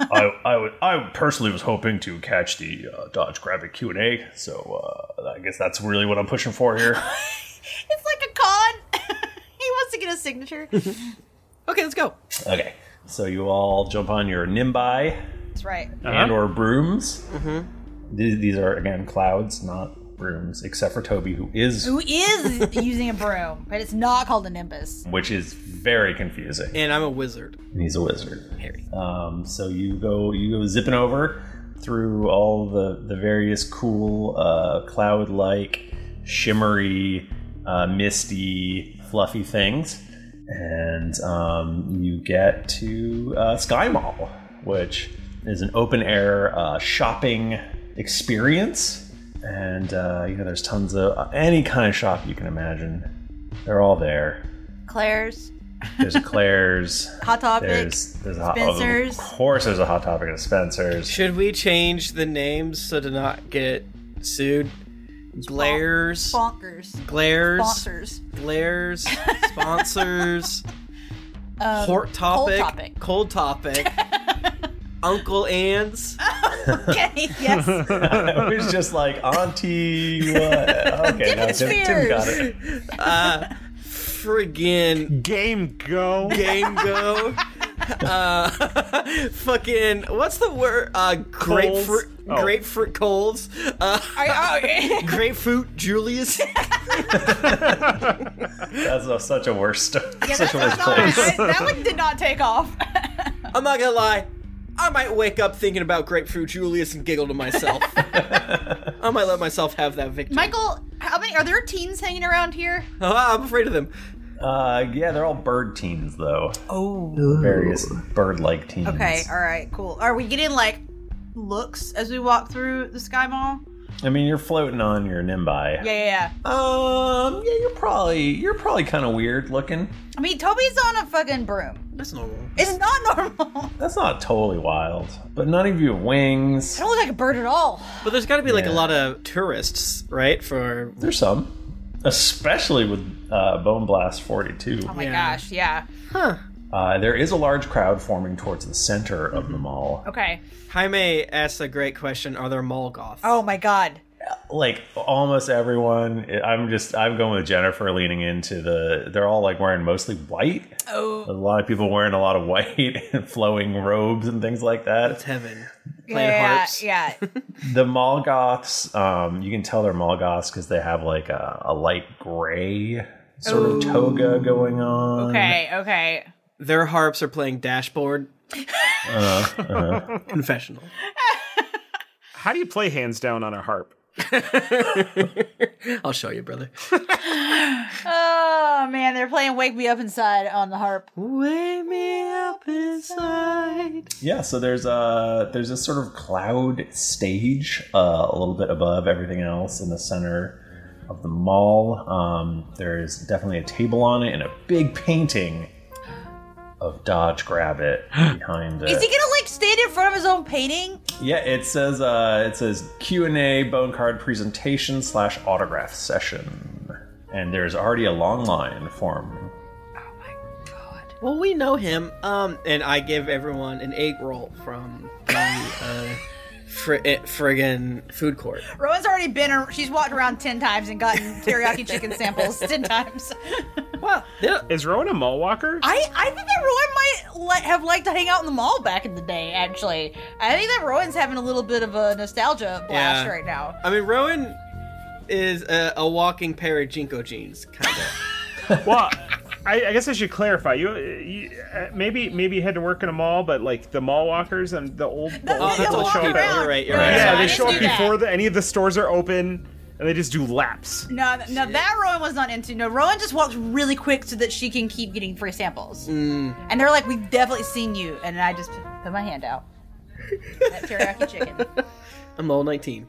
[SPEAKER 5] I, I, would, I personally was hoping to catch the uh, Dodge Gravit Q and A, so uh, I guess that's really what I'm pushing for here.
[SPEAKER 2] It's like a con. (laughs) he wants to get a signature.
[SPEAKER 4] (laughs) okay, let's go.
[SPEAKER 1] okay, so you all jump on your nimbi
[SPEAKER 2] That's right.
[SPEAKER 1] and or brooms. Th- These are again clouds, not brooms, except for Toby, who is,
[SPEAKER 2] Who is using a broom, but it's not called a nimbus.
[SPEAKER 1] which is very confusing.
[SPEAKER 4] And I'm a wizard.
[SPEAKER 1] And he's a wizard. Harry. Um, so you go you go zipping over through all the the various cool uh, cloud like, shimmery, uh, misty, fluffy things, and um, you get to uh, Sky Mall, which is an open air uh, shopping experience. And uh, you know, there's tons of uh, any kind of shop you can imagine. They're all there.
[SPEAKER 2] Claire's.
[SPEAKER 1] There's a Claire's.
[SPEAKER 2] Hot Topic,
[SPEAKER 1] There's, there's a hot,
[SPEAKER 2] Spencer's.
[SPEAKER 1] Of course, there's a Hot Topic and a Spencer's.
[SPEAKER 4] Should we change the names so to not get sued? Glares.
[SPEAKER 2] Bonkers.
[SPEAKER 4] Glares.
[SPEAKER 2] Sponsors.
[SPEAKER 4] Glares.
[SPEAKER 2] (laughs)
[SPEAKER 4] Sponsors.
[SPEAKER 2] Um,
[SPEAKER 4] Hort topic. Cold
[SPEAKER 2] Cold topic. (laughs)
[SPEAKER 4] topic. Uncle Anne's.
[SPEAKER 2] Okay.
[SPEAKER 1] (laughs)
[SPEAKER 2] Yes.
[SPEAKER 1] I was just like, Auntie,
[SPEAKER 2] (laughs)
[SPEAKER 1] what? Okay, no, Tim, Tim got it.
[SPEAKER 4] Uh, friggin'
[SPEAKER 3] game go,
[SPEAKER 4] game
[SPEAKER 3] (laughs)
[SPEAKER 4] go. uh, (laughs) fucking what's the word? Uh, grapefruit,
[SPEAKER 6] Oh.
[SPEAKER 4] grapefruit colds. Uh,
[SPEAKER 2] oh,
[SPEAKER 4] (laughs) grapefruit
[SPEAKER 2] (laughs)
[SPEAKER 4] Julius.
[SPEAKER 1] That's a, such a worse sto-
[SPEAKER 2] (laughs) Yeah,
[SPEAKER 1] such
[SPEAKER 2] that's
[SPEAKER 1] a worse
[SPEAKER 2] not- I-
[SPEAKER 1] place.
[SPEAKER 2] that one did not take off.
[SPEAKER 4] I'm not gonna lie. I might wake up thinking about grapefruit Julius and giggle to
[SPEAKER 3] (laughs)
[SPEAKER 4] myself. I might let myself have that victory.
[SPEAKER 2] Michael, how many are there teens hanging around here?
[SPEAKER 4] Ah, I'm afraid of them.
[SPEAKER 1] Uh, yeah, they're all bird teams, though.
[SPEAKER 2] Oh.
[SPEAKER 1] Various bird like teams.
[SPEAKER 2] Okay, all right, cool. Are we getting like looks as we walk through the Sky Mall?
[SPEAKER 1] I mean, you're floating on your
[SPEAKER 2] Yeah,
[SPEAKER 1] Nimbi.
[SPEAKER 2] yeah, yeah.
[SPEAKER 1] Um, yeah, you're probably you're probably kind of weird looking.
[SPEAKER 2] I mean, Toby's on a fucking broom.
[SPEAKER 4] That's normal.
[SPEAKER 2] It's not normal. (laughs)
[SPEAKER 1] That's not totally wild, but none of you have wings.
[SPEAKER 2] I don't look like a bird at all.
[SPEAKER 4] But there's got to be like a lot of tourists, right? For
[SPEAKER 1] There's some, especially with uh, Bone Blast 42.
[SPEAKER 2] Oh my gosh, yeah.
[SPEAKER 4] Huh.
[SPEAKER 1] Uh, there is a large crowd forming towards the center of
[SPEAKER 2] Mm-hmm.
[SPEAKER 1] the mall.
[SPEAKER 2] Okay.
[SPEAKER 4] Jaime asked a great question: Are there Molgoths?
[SPEAKER 2] Oh my god.
[SPEAKER 1] Like almost everyone, I'm just I'm going with Jennifer, leaning into the. They're all like wearing mostly white.
[SPEAKER 2] Oh.
[SPEAKER 1] There's a lot of people wearing a lot of (laughs) white and flowing robes and things like that. It's
[SPEAKER 4] heaven.
[SPEAKER 2] yeah, yeah.
[SPEAKER 1] the mall goths um you can tell they're mall goths because they have like a, a light gray sort
[SPEAKER 2] Ooh.
[SPEAKER 1] of toga going on
[SPEAKER 2] Okay, okay.
[SPEAKER 4] Their harps are playing dashboard.
[SPEAKER 1] Uh-huh, (laughs)
[SPEAKER 3] uh-huh.
[SPEAKER 4] Uh, Confessional.
[SPEAKER 3] How do you play hands down on a harp?
[SPEAKER 4] (laughs) I'll show you, brother.
[SPEAKER 2] Oh man, they're playing "Wake Me Up Inside" on the harp.
[SPEAKER 4] Wake me up inside.
[SPEAKER 1] yeah so there's a there's this sort of cloud stage uh, a little bit above everything else in the center of the mall um, there's definitely a table on it and a big painting of dodge grabbit behind it
[SPEAKER 2] (gasps) Is he gonna like stand in front of his own painting?
[SPEAKER 1] Yeah, it says uh, it says Q and A bone card presentation slash autograph session, and there's already a long line form.
[SPEAKER 4] Well, we know him. Um, and I give everyone an egg roll from the uh, fr- eh, friggin' food court.
[SPEAKER 2] Rowan's already been. Ar- she's walked around ten times and gotten teriyaki chicken samples ten times.
[SPEAKER 3] Is Rowan a mall walker?
[SPEAKER 2] I I think that Rowan might li- have liked to hang out in the mall back in the day. Actually, I think that Rowan's having a little bit of a nostalgia blast
[SPEAKER 4] Yeah.
[SPEAKER 2] right now.
[SPEAKER 4] I mean, Rowan is a, a walking pair of Jinko jeans, kind of.
[SPEAKER 3] (laughs) well, I, I guess I should clarify. You, you uh, maybe maybe you had to work in a mall, but like the mall walkers and the old
[SPEAKER 4] Oh, that's
[SPEAKER 3] people
[SPEAKER 4] old
[SPEAKER 3] show up.
[SPEAKER 4] people,
[SPEAKER 3] at-
[SPEAKER 4] you're right, you're right.
[SPEAKER 3] Yeah,
[SPEAKER 4] Sorry, I
[SPEAKER 3] they
[SPEAKER 4] didn't
[SPEAKER 3] show
[SPEAKER 4] do
[SPEAKER 3] up
[SPEAKER 4] that.
[SPEAKER 3] before the, any of the stores are open.
[SPEAKER 7] and they just do laps.
[SPEAKER 2] No, th- no, that Rowan was not into. No, Rowan just walks really quick so that she can keep getting free samples.
[SPEAKER 4] Mm.
[SPEAKER 2] And they're like, "We've definitely seen you," and I just put my hand out. that teriyaki chicken.
[SPEAKER 4] I'm all 19.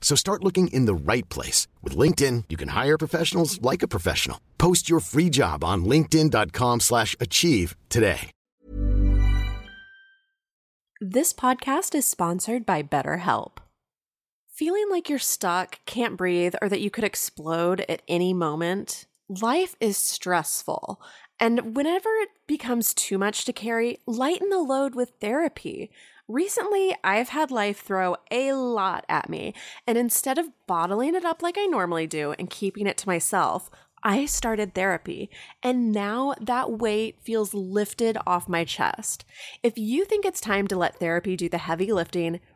[SPEAKER 8] So start looking in the right place. With LinkedIn, you can hire professionals like a professional. Post your free job on linkedin.com/achieve slash achieve today.
[SPEAKER 9] This podcast is sponsored by BetterHelp. Feeling like you're stuck, can't breathe, or that you could explode at any moment? Life is stressful. And whenever it becomes too much to carry, lighten the load with therapy. Recently, I've had life throw a lot at me, and instead of bottling it up like I normally do and keeping it to myself, I started therapy, and now that weight feels lifted off my chest. If you think it's time to let therapy do the heavy lifting,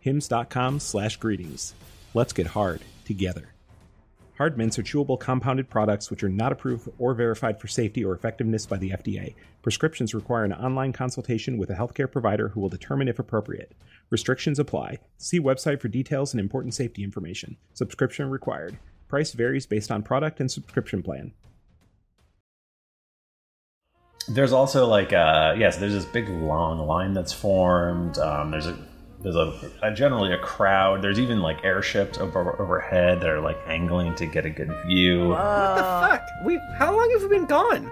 [SPEAKER 3] hims.com slash greetings. Let's get hard together. Hard mints are chewable compounded products which are not approved or verified for safety or effectiveness by the FDA. Prescriptions require an online consultation with a healthcare provider who will determine if appropriate. Restrictions apply. See website for details and important safety information. Subscription required. Price varies based on product and subscription plan.
[SPEAKER 1] there's also like uh yes there's this big long line that's formed um there's a there's a, a generally a crowd there's even like airships over, overhead that are like angling to get a good view
[SPEAKER 4] What the
[SPEAKER 2] Uh,
[SPEAKER 4] fuck? We how long have we been gone?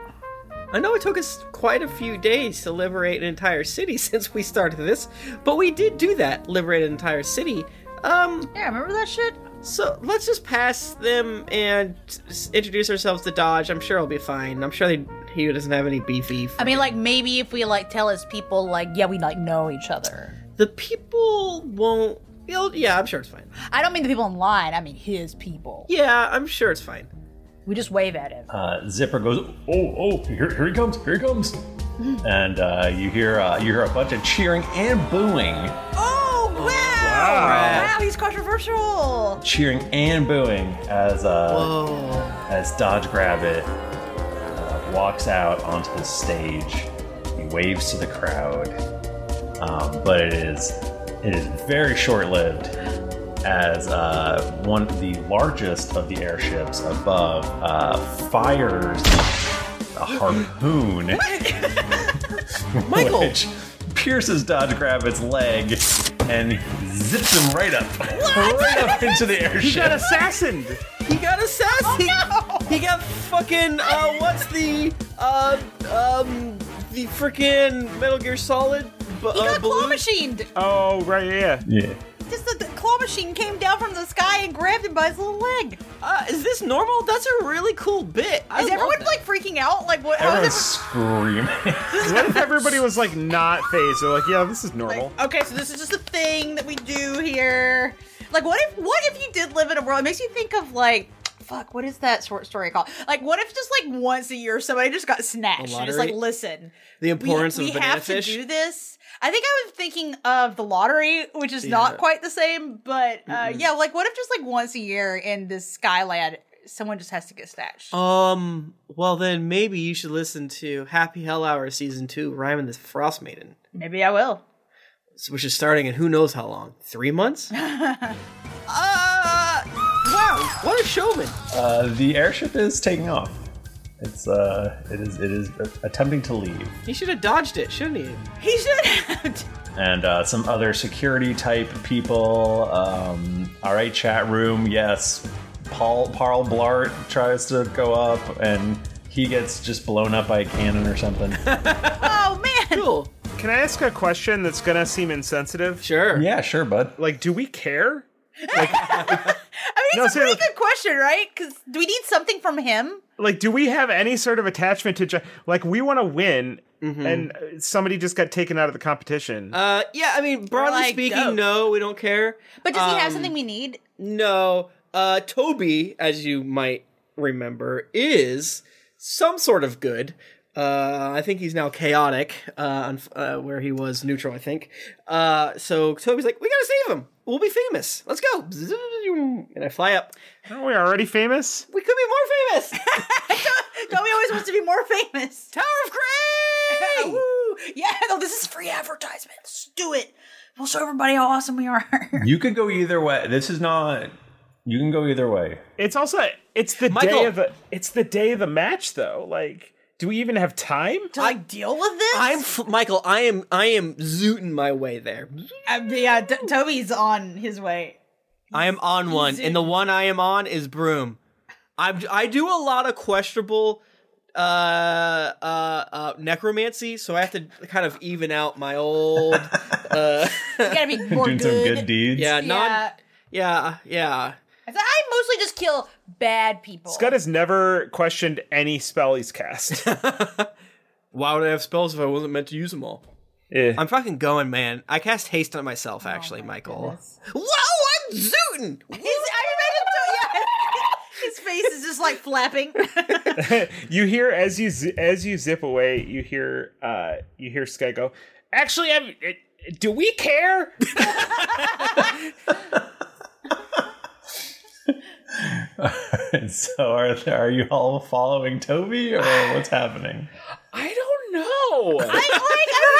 [SPEAKER 4] I know it took us quite a few days to liberate an entire city (laughs) since we started this, but we did do that, liberate an entire city. Um
[SPEAKER 2] Yeah, remember that shit?
[SPEAKER 4] So let's just pass them and s- introduce ourselves to Dodge. I'm sure it'll be fine. I'm sure they, he doesn't have any beefy.
[SPEAKER 2] I mean, like maybe if we like tell his people, like yeah, we like know each other.
[SPEAKER 4] The people won't. Well, yeah, I'm sure it's fine.
[SPEAKER 2] I don't mean the people in line. I mean his people.
[SPEAKER 4] Yeah, I'm sure it's fine.
[SPEAKER 2] We just wave at him.
[SPEAKER 1] uh, Zipper goes, oh, oh, here, here he comes, here he comes,
[SPEAKER 2] Oh,
[SPEAKER 1] and uh, you hear uh, you hear a bunch of cheering and booing,
[SPEAKER 2] Oh wow! Wow, he's controversial.
[SPEAKER 1] cheering and booing as uh, as Dodge Grabbit uh, walks out onto the stage. He waves to the crowd, um, but it is it is very short lived as uh, one the largest of the airships above uh, (laughs) fires a harpoon. Michael! pierces Dodge Kravitz' leg and zips him right up, (laughs) right up into the airship.
[SPEAKER 3] He got assassined.
[SPEAKER 4] He got assassinated.
[SPEAKER 2] Oh,
[SPEAKER 4] He got fucking uh, what's the uh um the freaking Metal Gear Solid? Bu-
[SPEAKER 2] He
[SPEAKER 4] uh,
[SPEAKER 2] got claw
[SPEAKER 4] balloon?
[SPEAKER 2] machined.
[SPEAKER 3] Oh right, yeah.
[SPEAKER 1] Yeah.
[SPEAKER 2] Just the, the claw machine came down from the sky and grabbed him by his little leg.
[SPEAKER 4] Uh, is this normal? That's a really cool bit. I
[SPEAKER 2] is
[SPEAKER 4] love
[SPEAKER 2] everyone like freaking out? Like what? How
[SPEAKER 3] Everyone's
[SPEAKER 2] is
[SPEAKER 1] screaming.
[SPEAKER 3] what if everybody was like not phased? They're like, yeah, this is normal.
[SPEAKER 2] everyone? Okay, so this is just a thing that we do here. Like what if what if you did live in a world? It makes you think of like. Fuck, what is that short story called? Like, what if just like once a year somebody just got snatched and it's like,
[SPEAKER 4] lottery?
[SPEAKER 2] listen,
[SPEAKER 4] The
[SPEAKER 2] we-
[SPEAKER 4] importance
[SPEAKER 2] we
[SPEAKER 4] of banana
[SPEAKER 2] have
[SPEAKER 4] fish.
[SPEAKER 2] to do this. I think I was thinking of the lottery, which is
[SPEAKER 4] Yeah.
[SPEAKER 2] not quite the same, but uh,
[SPEAKER 4] Mm-mm.
[SPEAKER 2] yeah, like what if just like once a year in this Skyland, someone just has to get snatched?
[SPEAKER 4] Um. Well, then maybe you should listen to Happy Hell Hour season two, Rhyme and the Frost Maiden,
[SPEAKER 2] Maybe I will.
[SPEAKER 4] which is starting in who knows how long. Three
[SPEAKER 2] (laughs)
[SPEAKER 4] months. uh. Wow. What a showman.
[SPEAKER 1] Uh, the airship is taking off. It's uh, it is it is attempting to leave,
[SPEAKER 4] He should have dodged it, shouldn't he?
[SPEAKER 2] He should.
[SPEAKER 1] and uh, some other security type people. Um, all right, chat room. Yes, Paul Paul Blart tries to go up, and he gets just blown up by a cannon
[SPEAKER 3] (laughs)
[SPEAKER 1] or something.
[SPEAKER 2] oh man.
[SPEAKER 4] Cool.
[SPEAKER 3] Can I ask a question that's gonna seem insensitive?
[SPEAKER 4] Sure.
[SPEAKER 1] Yeah, sure, bud.
[SPEAKER 3] Like, do we care?
[SPEAKER 2] (laughs) I mean,
[SPEAKER 3] No,
[SPEAKER 2] it's a pretty
[SPEAKER 3] seriously.
[SPEAKER 2] good question, right? Because do we need something from him?
[SPEAKER 3] Like, do we have any sort of attachment to? Gi- like, we want to win, and uh, somebody just got taken out of the competition.
[SPEAKER 4] Mm-hmm. Uh. Yeah. I mean, broadly
[SPEAKER 2] like,
[SPEAKER 4] speaking,
[SPEAKER 2] dope.
[SPEAKER 4] no, we don't care.
[SPEAKER 2] But does he have
[SPEAKER 4] Um,
[SPEAKER 2] something we need?
[SPEAKER 4] No. Uh, Toby, as you might remember, is some sort of good. Uh, I think he's now chaotic, uh, unf- uh, where he was neutral, I think. Uh, so Toby's like, we gotta save him. We'll be famous. Let's go. And I fly up.
[SPEAKER 3] Aren't we already famous?
[SPEAKER 4] We could be
[SPEAKER 2] (laughs)
[SPEAKER 4] more famous.
[SPEAKER 2] Toby always wants to be more famous.
[SPEAKER 4] Tower of
[SPEAKER 2] (laughs)
[SPEAKER 4] Cray!
[SPEAKER 2] yeah, no, this is free advertisement. Let's do it. We'll show everybody how awesome we are.
[SPEAKER 1] you could go either way. This is not. You can go either way.
[SPEAKER 3] It's also it's the
[SPEAKER 1] Michael-
[SPEAKER 3] day of the it's the day of the match though. Like, do we even have time?
[SPEAKER 2] to like deal with this?
[SPEAKER 4] I'm f- Michael. I am. I am zooting my way there.
[SPEAKER 2] Uh, yeah, T- Toby's on his way.
[SPEAKER 4] I am on one, and the one I am on is Broom. I I do a lot of questionable uh, uh, uh, necromancy, so I have to kind of even out my old. (laughs) Uh,
[SPEAKER 2] You gotta be more
[SPEAKER 4] Doing
[SPEAKER 2] good.
[SPEAKER 4] some good deeds. Yeah, not- yeah,
[SPEAKER 2] yeah.
[SPEAKER 4] yeah.
[SPEAKER 2] I said, I mostly just kill bad people.
[SPEAKER 3] Scott has never questioned any spell
[SPEAKER 4] (laughs)
[SPEAKER 3] he's cast.
[SPEAKER 4] Why would I have spells if I wasn't meant to use them all? I'm fucking going, man. I cast haste on myself, actually, Michael. (laughs) Whoa! I'm
[SPEAKER 2] (laughs)
[SPEAKER 4] zooting. His, I imagine
[SPEAKER 2] so, yeah. (laughs) His face is just like flapping.
[SPEAKER 3] you hear as you zi- as you zip away, you hear uh you hear Sky go. Actually, I'm. It, do we care?
[SPEAKER 1] (laughs) so are are you all following
[SPEAKER 3] (sighs)
[SPEAKER 1] Toby or what's happening?
[SPEAKER 3] I don't know.
[SPEAKER 2] (laughs) I'm like, I don't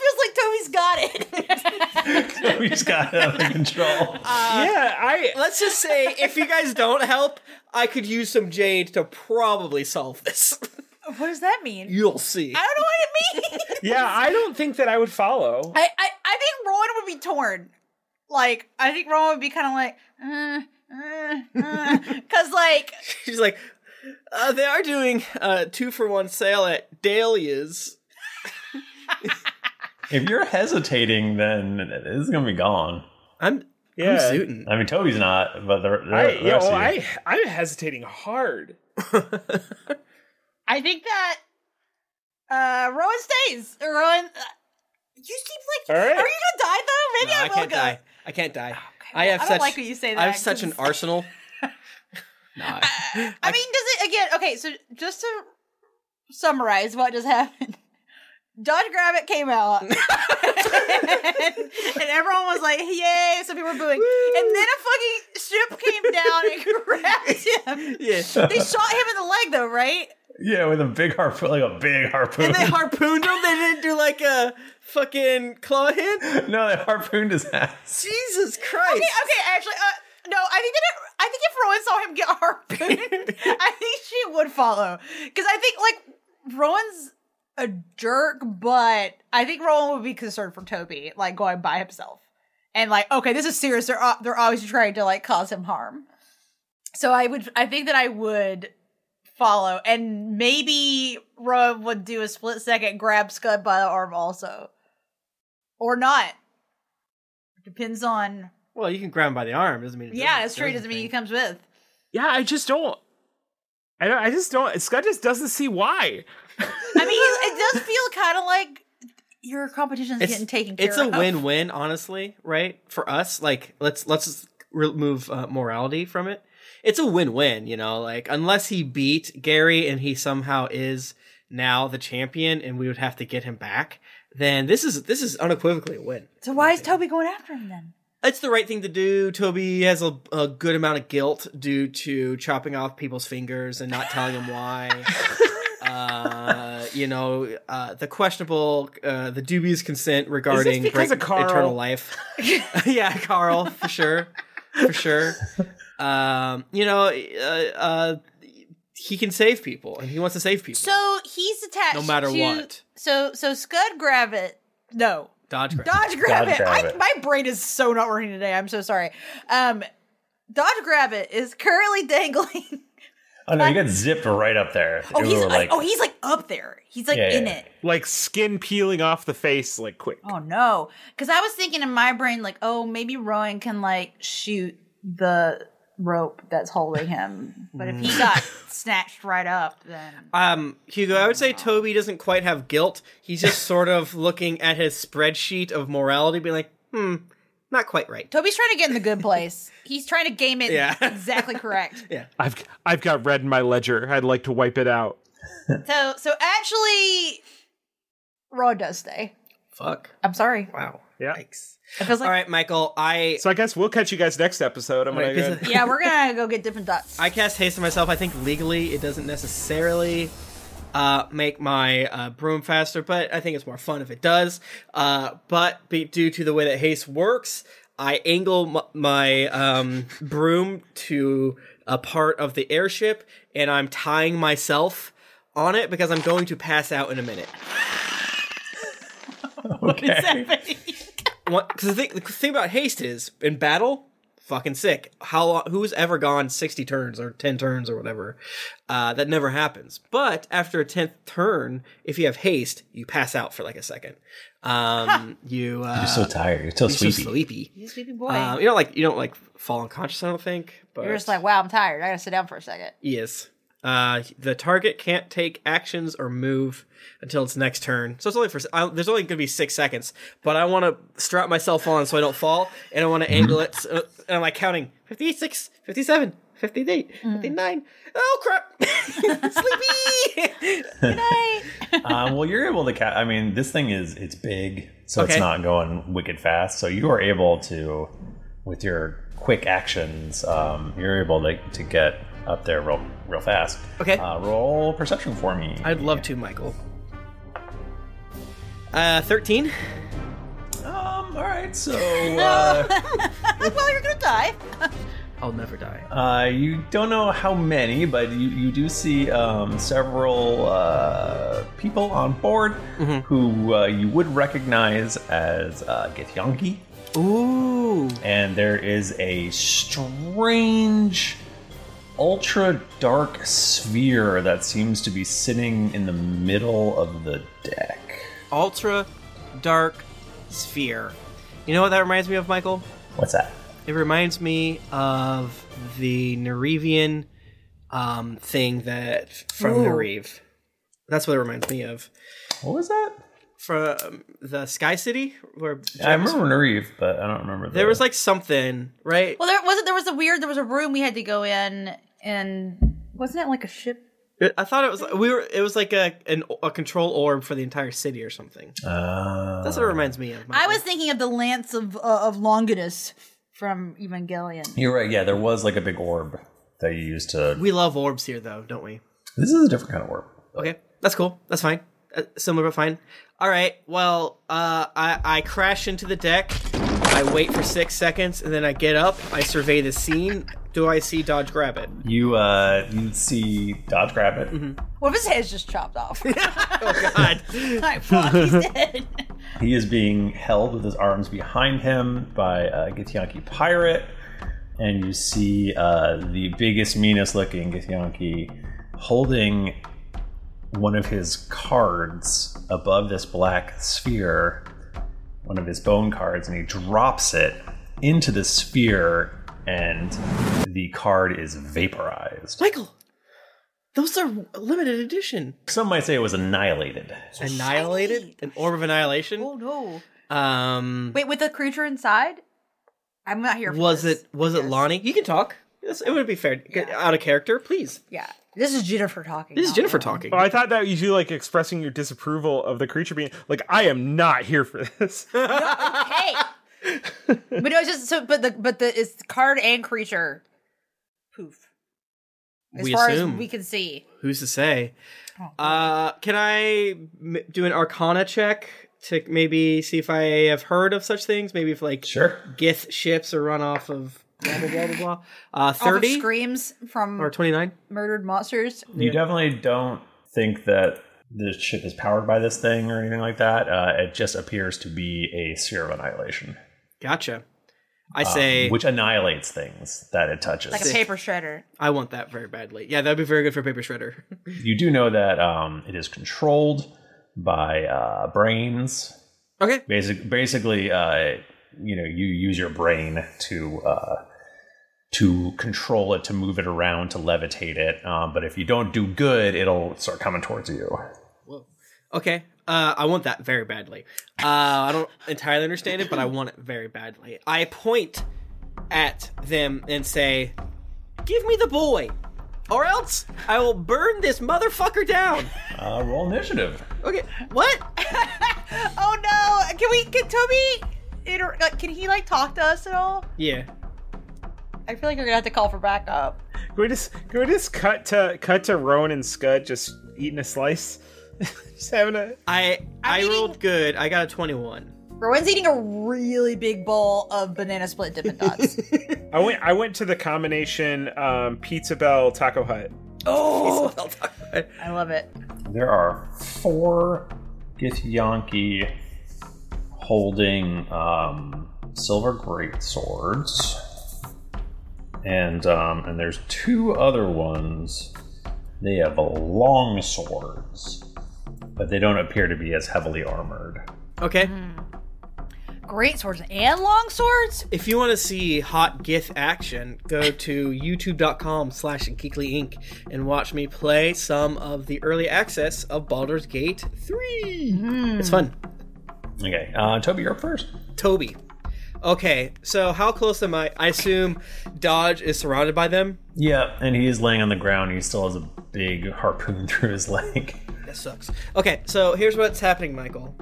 [SPEAKER 2] know. Part of me kind of feels like Toby's got
[SPEAKER 1] (laughs)
[SPEAKER 2] it. (laughs)
[SPEAKER 1] Toby's got it under control.
[SPEAKER 3] yeah, I.
[SPEAKER 4] Uh, Let's just say, if you guys don't help, I could use some jade to probably solve this. (laughs)
[SPEAKER 2] What does that mean?
[SPEAKER 4] You'll see.
[SPEAKER 2] I don't know what it means.
[SPEAKER 3] (laughs) Yeah, I don't think that I would follow.
[SPEAKER 2] (laughs) I, I, I think Rowan would be torn. Like, I think Rowan would be kind of like, uh, because like,
[SPEAKER 4] (laughs) She's like, uh, they are doing uh, two for one sale at Dahlia's.
[SPEAKER 1] If you're hesitating, then this is gonna be gone.
[SPEAKER 4] I'm
[SPEAKER 3] Yeah. zooting.
[SPEAKER 1] I mean, Toby's not, but the, the,
[SPEAKER 3] I,
[SPEAKER 1] the
[SPEAKER 3] yeah,
[SPEAKER 1] rest
[SPEAKER 3] well,
[SPEAKER 1] of
[SPEAKER 3] I
[SPEAKER 1] you.
[SPEAKER 3] I'm hesitating hard.
[SPEAKER 2] I think that uh Rowan stays. Rowan, uh, you seem like
[SPEAKER 4] All right.
[SPEAKER 2] are you gonna die though? Maybe
[SPEAKER 4] No,
[SPEAKER 2] I
[SPEAKER 4] I
[SPEAKER 2] will
[SPEAKER 4] can't
[SPEAKER 2] go.
[SPEAKER 4] die. I can't die. I
[SPEAKER 2] well,
[SPEAKER 4] have
[SPEAKER 2] I don't
[SPEAKER 4] such.
[SPEAKER 2] like when you say
[SPEAKER 4] I
[SPEAKER 2] that,
[SPEAKER 4] have such an
[SPEAKER 2] 'cause- (laughs) Uh,
[SPEAKER 4] arsenal. (laughs)
[SPEAKER 2] I mean, does it again? Okay, so just to summarize what just happened. (laughs) Dodge Gravit
[SPEAKER 4] (laughs)
[SPEAKER 2] came out, and, and everyone was like, "Yay!" Some people were booing, and then a fucking ship came down and (laughs) grabbed him.
[SPEAKER 4] Yeah.
[SPEAKER 2] They shot him in the leg, though, right?
[SPEAKER 1] yeah, with a big harpoon, like a big
[SPEAKER 4] (laughs)
[SPEAKER 1] harpoon.
[SPEAKER 4] And they harpooned him. They didn't do like a fucking claw hit.
[SPEAKER 1] no, they harpooned his ass.
[SPEAKER 4] Jesus
[SPEAKER 2] Okay,
[SPEAKER 4] Christ.
[SPEAKER 2] okay, actually, uh, no, I think that it, I think if Rowan saw him
[SPEAKER 4] (laughs)
[SPEAKER 2] get (laughs) harpooned, I think she would follow because I think like Rowan's a jerk, but I think Roland would be concerned for Toby, like going by himself, and like, okay, this is serious. They're o- they're obviously trying to like cause him harm. So I would, I think that I would follow, and maybe Rowan would do a split second grab Scud by the arm also, or not. Depends on.
[SPEAKER 4] Well, you can grab him by the arm. Doesn't mean. It
[SPEAKER 2] Yeah,
[SPEAKER 4] doesn't-
[SPEAKER 2] it's true. Doesn't mean he comes with.
[SPEAKER 6] Yeah, I just don't. I don't, I just don't. Scott just doesn't see why.
[SPEAKER 2] I mean, he's- it does feel kind of like your competition's getting taken care
[SPEAKER 4] it's
[SPEAKER 2] of.
[SPEAKER 4] a win-win honestly right for us like let's let's just remove uh, morality from it it's a win-win you know like unless he beat gary and he somehow is now the champion and we would have to get him back then this is this is unequivocally a win
[SPEAKER 2] So why is Toby going after him then?
[SPEAKER 4] it's the right thing to do. Toby has a, a good amount of guilt due to chopping off people's fingers and not telling them why. uh, you know, uh, the questionable, uh, the dubious consent regarding
[SPEAKER 6] because
[SPEAKER 4] break-
[SPEAKER 6] of Carl?
[SPEAKER 4] eternal life. (laughs) yeah, Carl, for sure. For sure. Um, you know, uh, uh, he can save people and he wants to save people.
[SPEAKER 2] So he's attached.
[SPEAKER 4] No matter
[SPEAKER 2] to-
[SPEAKER 4] what.
[SPEAKER 2] So so Scud Gravit. No.
[SPEAKER 4] Dodge grab.
[SPEAKER 2] Dodge Gravit. I, my brain is so not working today. I'm so sorry. Um, Dodge Gravit is currently dangling.
[SPEAKER 1] Oh no, you got zipped right up there.
[SPEAKER 2] Oh,
[SPEAKER 1] You
[SPEAKER 2] he's
[SPEAKER 1] were
[SPEAKER 2] like, oh he's like up there. He's like in it.
[SPEAKER 3] Like skin peeling off the face, like quick.
[SPEAKER 2] Oh no. Cause I was thinking in my brain, like, oh, maybe Rowan can like shoot the rope that's holding him. But if
[SPEAKER 1] Mm. (laughs)
[SPEAKER 2] he got snatched right up, then
[SPEAKER 4] Um, Hugo, I would say Toby doesn't quite have guilt. He's just sort of looking at his spreadsheet of morality, being like, hmm, not quite right.
[SPEAKER 2] Toby's trying to get in the good place. He's trying to game it
[SPEAKER 1] (laughs)
[SPEAKER 4] Yeah.
[SPEAKER 2] exactly correct.
[SPEAKER 3] I've I've got red in my ledger. I'd like to wipe it out.
[SPEAKER 2] So so actually Rowan does stay.
[SPEAKER 4] Fuck.
[SPEAKER 2] I'm sorry.
[SPEAKER 4] Wow.
[SPEAKER 3] Yeah.
[SPEAKER 4] Thanks.
[SPEAKER 2] feels like-
[SPEAKER 4] All right, Michael, I.
[SPEAKER 3] So I guess we'll catch you guys next episode. I'm
[SPEAKER 4] Alright,
[SPEAKER 3] gonna.
[SPEAKER 4] this
[SPEAKER 3] Go
[SPEAKER 2] Yeah,
[SPEAKER 1] (laughs)
[SPEAKER 2] we're gonna go get different dots.
[SPEAKER 4] I cast haste on myself. I think legally it doesn't necessarily uh, make my uh, broom faster, but I think it's more fun if it does. Uh, but be, due to the way that haste works, I angle m- my um, broom to a part of the airship, and I'm tying myself on it because I'm going to pass out in a minute. Because the thing, the thing about haste is in battle, fucking sick. How long, who's ever gone sixty turns or ten turns or whatever? Uh, that never happens. But after a tenth turn, if you have haste, you pass out for like a second.
[SPEAKER 1] (laughs)
[SPEAKER 4] Um, you uh,
[SPEAKER 1] (laughs) You're so tired. You're so sleepy.
[SPEAKER 4] sleepy.
[SPEAKER 2] He's a sleepy boy.
[SPEAKER 1] Uh,
[SPEAKER 4] Um, you don't like you don't like fall unconscious. I don't think. But
[SPEAKER 2] You're just like, wow, I'm tired. I gotta sit down for a second.
[SPEAKER 4] Yes. Uh, the target can't take actions or move until its next turn. So it's only for I, there's only gonna be six seconds. But I want to strap myself on so I don't fall, and I want to angle it. So, and I'm like counting 56, 57, 58, 59. Oh crap! (laughs) Sleepy.
[SPEAKER 1] (laughs) um, well, you're able to. Ca- I mean, this thing is it's big, so
[SPEAKER 4] Okay.
[SPEAKER 1] it's not going wicked fast. So you are able to, with your quick actions, um, you're able to, to get up there real real fast.
[SPEAKER 4] Okay.
[SPEAKER 1] Uh, roll perception for me.
[SPEAKER 4] I'd love to, Michael. Uh, thirteen.
[SPEAKER 1] Um. All right. So. Uh,
[SPEAKER 2] (laughs) well, you're gonna die.
[SPEAKER 4] (laughs)
[SPEAKER 2] (laughs)
[SPEAKER 4] I'll never die.
[SPEAKER 1] Uh, you don't know how many, but you, you do see um, several uh, people on board
[SPEAKER 4] Mm-hmm.
[SPEAKER 1] who uh, you would recognize as uh, Githyanki.
[SPEAKER 4] Ooh.
[SPEAKER 1] And there is a strange, ultra dark sphere that seems to be sitting in the middle of the deck.
[SPEAKER 4] Ultra dark sphere. You know what that reminds me of, Michael?
[SPEAKER 1] What's that?
[SPEAKER 4] It reminds me of the Nerevian um, thing that from
[SPEAKER 1] Ooh.
[SPEAKER 4] Nereve. That's what it reminds me of.
[SPEAKER 1] What was that?
[SPEAKER 4] From the Sky City, where
[SPEAKER 1] I remember Nereve, but I don't remember the.
[SPEAKER 4] there was like something, right?
[SPEAKER 2] Well, there wasn't. There was a weird. There was a room we had to go in, and wasn't it like a ship?
[SPEAKER 4] I thought it was we were. It was like a an, a control orb for the entire city or something.
[SPEAKER 1] Uh,
[SPEAKER 4] That's what it reminds me of.
[SPEAKER 2] I was thinking of the lance of uh, of Longinus from Evangelion.
[SPEAKER 1] You're right. Yeah, there was like a big orb that you used to.
[SPEAKER 4] We love orbs here, though, don't we?
[SPEAKER 1] This is a different kind of orb.
[SPEAKER 4] Okay, that's cool. That's fine. Uh, similar but fine. All right. Well, uh, I I crash into the deck. I I wait for six seconds, and then I get up. I survey the scene. Do I see Dodge grab it?
[SPEAKER 1] You uh, you see Dodge grab it.
[SPEAKER 4] Mm-hmm.
[SPEAKER 2] What if his head's just chopped off?
[SPEAKER 4] (laughs) oh God!
[SPEAKER 2] (laughs) like,
[SPEAKER 4] (laughs)
[SPEAKER 2] fuck, he's dead.
[SPEAKER 1] He is being held with his arms behind him by a Githyanki pirate, and you see uh, the biggest, meanest looking Githyanki holding one of his cards above this black sphere, one of his bone cards, and he drops it into the sphere, and the card is vaporized.
[SPEAKER 4] Michael, those are limited edition.
[SPEAKER 1] Some might say it was annihilated.
[SPEAKER 4] Annihilated? An orb of annihilation?
[SPEAKER 2] Oh no!
[SPEAKER 4] Um,
[SPEAKER 2] Wait, with the creature inside? I'm not here. For
[SPEAKER 4] was
[SPEAKER 2] this.
[SPEAKER 4] it was it Lonnie? You can talk. Yes, it would be fair. Out of character, please.
[SPEAKER 2] Yeah, this is Jennifer talking.
[SPEAKER 4] This is Jennifer talking.
[SPEAKER 6] Oh, I thought that was you like expressing your disapproval of the creature being like, I am not here for
[SPEAKER 3] (laughs)
[SPEAKER 6] this.
[SPEAKER 2] hey, but no, it's just so. But the but the it's card and creature. Poof. As
[SPEAKER 4] We
[SPEAKER 2] far
[SPEAKER 4] assume.
[SPEAKER 2] as we can see,
[SPEAKER 4] Who's to say?
[SPEAKER 2] Oh,
[SPEAKER 4] Uh, can I m- do an Arcana check to maybe see if I have heard of such things? Maybe if like
[SPEAKER 1] Sure.
[SPEAKER 4] Gith ships are run off of blah blah blah blah blah. Uh,
[SPEAKER 2] Off of
[SPEAKER 4] Thirty
[SPEAKER 2] screams from
[SPEAKER 4] or twenty nine?
[SPEAKER 2] murdered monsters.
[SPEAKER 1] You definitely don't think that this ship is powered by this thing or anything like that. Uh, it just appears to be a sphere of annihilation.
[SPEAKER 4] Gotcha. I
[SPEAKER 1] um,
[SPEAKER 4] say
[SPEAKER 1] which annihilates things that it touches.
[SPEAKER 2] like a paper shredder.
[SPEAKER 4] I want that very badly. Yeah, that'd be very good for Paper Shredder.
[SPEAKER 1] You do know that um, it is controlled by uh, brains.
[SPEAKER 4] Okay.
[SPEAKER 1] Basic, basically, uh, you know, you use your brain to uh, to control it, to move it around, to levitate it. Um, but if you don't do good, it'll start coming towards you.
[SPEAKER 4] Okay. Uh, I want that very badly. Uh, I don't entirely understand it, but I want it very badly. I point at them and say, "Give me the boy, or else I will burn this motherfucker down."
[SPEAKER 1] Uh, roll initiative.
[SPEAKER 4] Okay. What?
[SPEAKER 2] (laughs) oh no! Can we? Can Toby? Inter- like, can he like talk to us at all?
[SPEAKER 4] Yeah.
[SPEAKER 2] I feel like we're gonna have to call for backup.
[SPEAKER 6] Can we just can we just cut to cut to Roan and Scud just eating a slice? just having a
[SPEAKER 4] I I rolled good. I got a twenty-one.
[SPEAKER 2] Rowan's eating a really big bowl of banana split dippin' dots.
[SPEAKER 6] I went I went to the combination um, Pizza Bell Taco Hut.
[SPEAKER 2] oh, I love it.
[SPEAKER 1] There are four Githyanki holding um, silver great swords, and um, and there's two other ones. They have long swords, but they don't appear to be as heavily armored.
[SPEAKER 4] Okay.
[SPEAKER 2] Great swords and long swords.
[SPEAKER 4] If you want to see hot gif action, go to youtube.com slash geekly inc and watch me play some of the early access of Baldur's Gate 3.
[SPEAKER 2] mm-hmm.
[SPEAKER 4] It's fun.
[SPEAKER 1] Okay, uh, Toby, you're up first.
[SPEAKER 4] Toby. Okay, so how close am I? I assume Dodge is surrounded by them.
[SPEAKER 1] Yeah, and he is laying on the ground. He still has a big harpoon (laughs) through his leg.
[SPEAKER 4] That sucks. Okay, so here's what's happening, Michael.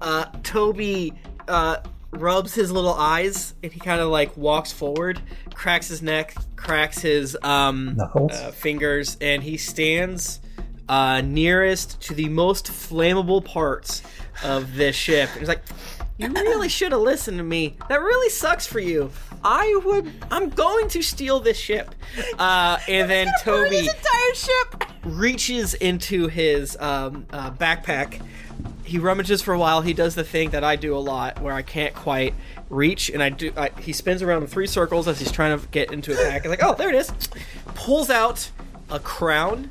[SPEAKER 4] Uh, Toby uh, rubs his little eyes and he kind of like walks forward, cracks his neck, cracks his um,
[SPEAKER 1] Knuckles?
[SPEAKER 4] uh, fingers, and he stands uh, nearest to the most flammable parts of this ship. And he's like, "You really should have listened to me. That really sucks for you. I would. I'm going to steal this ship." Uh, and then Toby
[SPEAKER 2] entire ship
[SPEAKER 4] reaches into his um, uh, backpack. He rummages for a while. He does the thing that I do a lot, where I can't quite reach, and I do. I, he spins around in three circles as he's trying to get into a pack. He's like, "Oh, there it is!" Pulls out a crown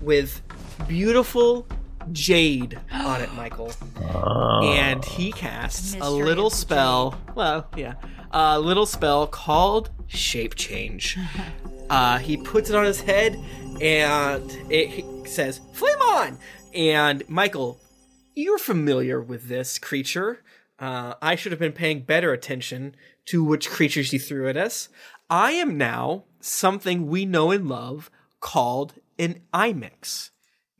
[SPEAKER 4] with beautiful jade on it, Michael. And he casts a little spell. Well, Oh, yeah, a little spell called Shape Change. uh, he puts it on his head, and it he says "Flame on!" And Michael, you're familiar with this creature. Uh, I should have been paying better attention to which creatures you threw at us. I am now something we know and love called an IMEX.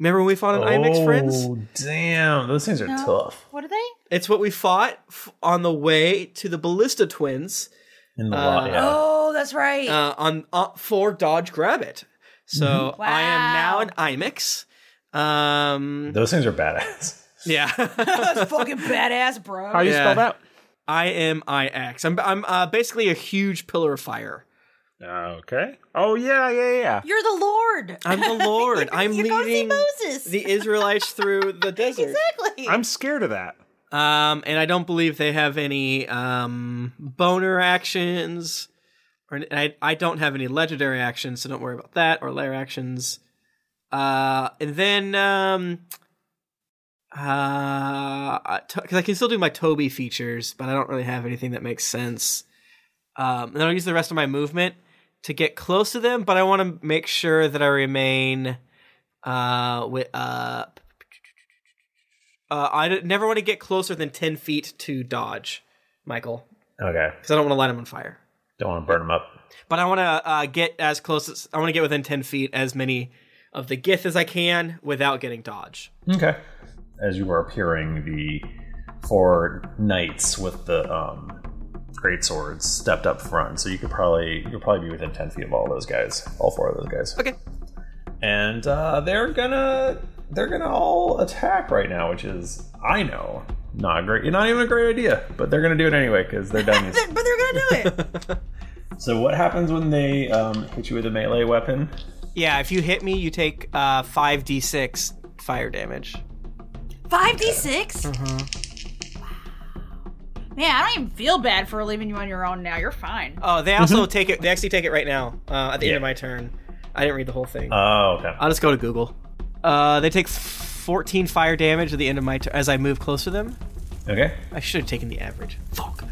[SPEAKER 4] Remember when we fought an IMEX, friends?
[SPEAKER 1] Oh, damn, those things are
[SPEAKER 4] No.
[SPEAKER 1] tough.
[SPEAKER 2] What
[SPEAKER 4] (laughs)
[SPEAKER 2] are they?
[SPEAKER 4] It's what we fought f- on the way to the Ballista Twins.
[SPEAKER 1] In the
[SPEAKER 4] uh,
[SPEAKER 1] lot, yeah.
[SPEAKER 2] Oh, that's right.
[SPEAKER 4] uh, on uh, for Dodge Grab It. So
[SPEAKER 2] Mm-hmm.
[SPEAKER 1] Mhm.
[SPEAKER 4] I am now an IMEX. Um,
[SPEAKER 1] Those things are badass.
[SPEAKER 4] (laughs) yeah.
[SPEAKER 2] that's fucking badass, bro.
[SPEAKER 4] Yeah. I am IX. I'm I'm uh, basically a huge pillar of fire.
[SPEAKER 6] Okay. Oh yeah, yeah, yeah.
[SPEAKER 2] You're the Lord.
[SPEAKER 4] I'm the
[SPEAKER 2] (laughs)
[SPEAKER 4] Lord. I'm
[SPEAKER 2] you go see
[SPEAKER 4] leading
[SPEAKER 2] Moses.
[SPEAKER 4] the Israelites through the
[SPEAKER 2] (laughs)
[SPEAKER 4] desert.
[SPEAKER 6] (laughs)
[SPEAKER 2] Exactly.
[SPEAKER 6] I'm scared of that.
[SPEAKER 4] Um, and I don't believe they have any um, boner actions, or and I I don't have any legendary actions, so don't worry about that or lair actions. Uh, and then um, uh, because I can still do my Toby features, but I don't really have anything that makes sense. Um, and then I'll use the rest of my movement to get close to them, but I want to make sure that I remain uh with uh uh, I d- never want to get closer than 10 feet to dodge, Michael,
[SPEAKER 1] Okay.
[SPEAKER 4] because I don't want to light him on fire.
[SPEAKER 1] Don't want to burn them up.
[SPEAKER 4] But I want to uh, get as close as I want to get within 10 feet as many of the Gith as I can without getting dodge.
[SPEAKER 1] Okay. As you are appearing, the four knights with the um, great swords stepped up front, so you could probably you'll probably be within ten feet of all those guys, all four of those guys.
[SPEAKER 4] Okay.
[SPEAKER 1] And uh, they're gonna they're gonna all attack right now, which is I know not a great, not even a great idea, but they're gonna do it anyway because
[SPEAKER 2] (laughs)
[SPEAKER 1] they're dummies.
[SPEAKER 2] but they're gonna do it.
[SPEAKER 1] (laughs) so what happens when they um, hit you with a melee weapon?
[SPEAKER 4] Yeah, if you hit me, you take uh, 5d6 fire damage.
[SPEAKER 2] Five d six.
[SPEAKER 1] Mm-hmm.
[SPEAKER 2] Man, I don't even feel bad for leaving you on your own now. You're fine.
[SPEAKER 4] Oh, they
[SPEAKER 1] Mm-hmm.
[SPEAKER 4] also take it. They actually take it right now uh, at the end of my turn. I didn't read the whole thing.
[SPEAKER 1] Oh, okay.
[SPEAKER 4] I'll just go to Google. Uh, they take 14 fire damage at the end of my turn as I move close to them.
[SPEAKER 1] Okay.
[SPEAKER 4] I should have taken the average. Fuck.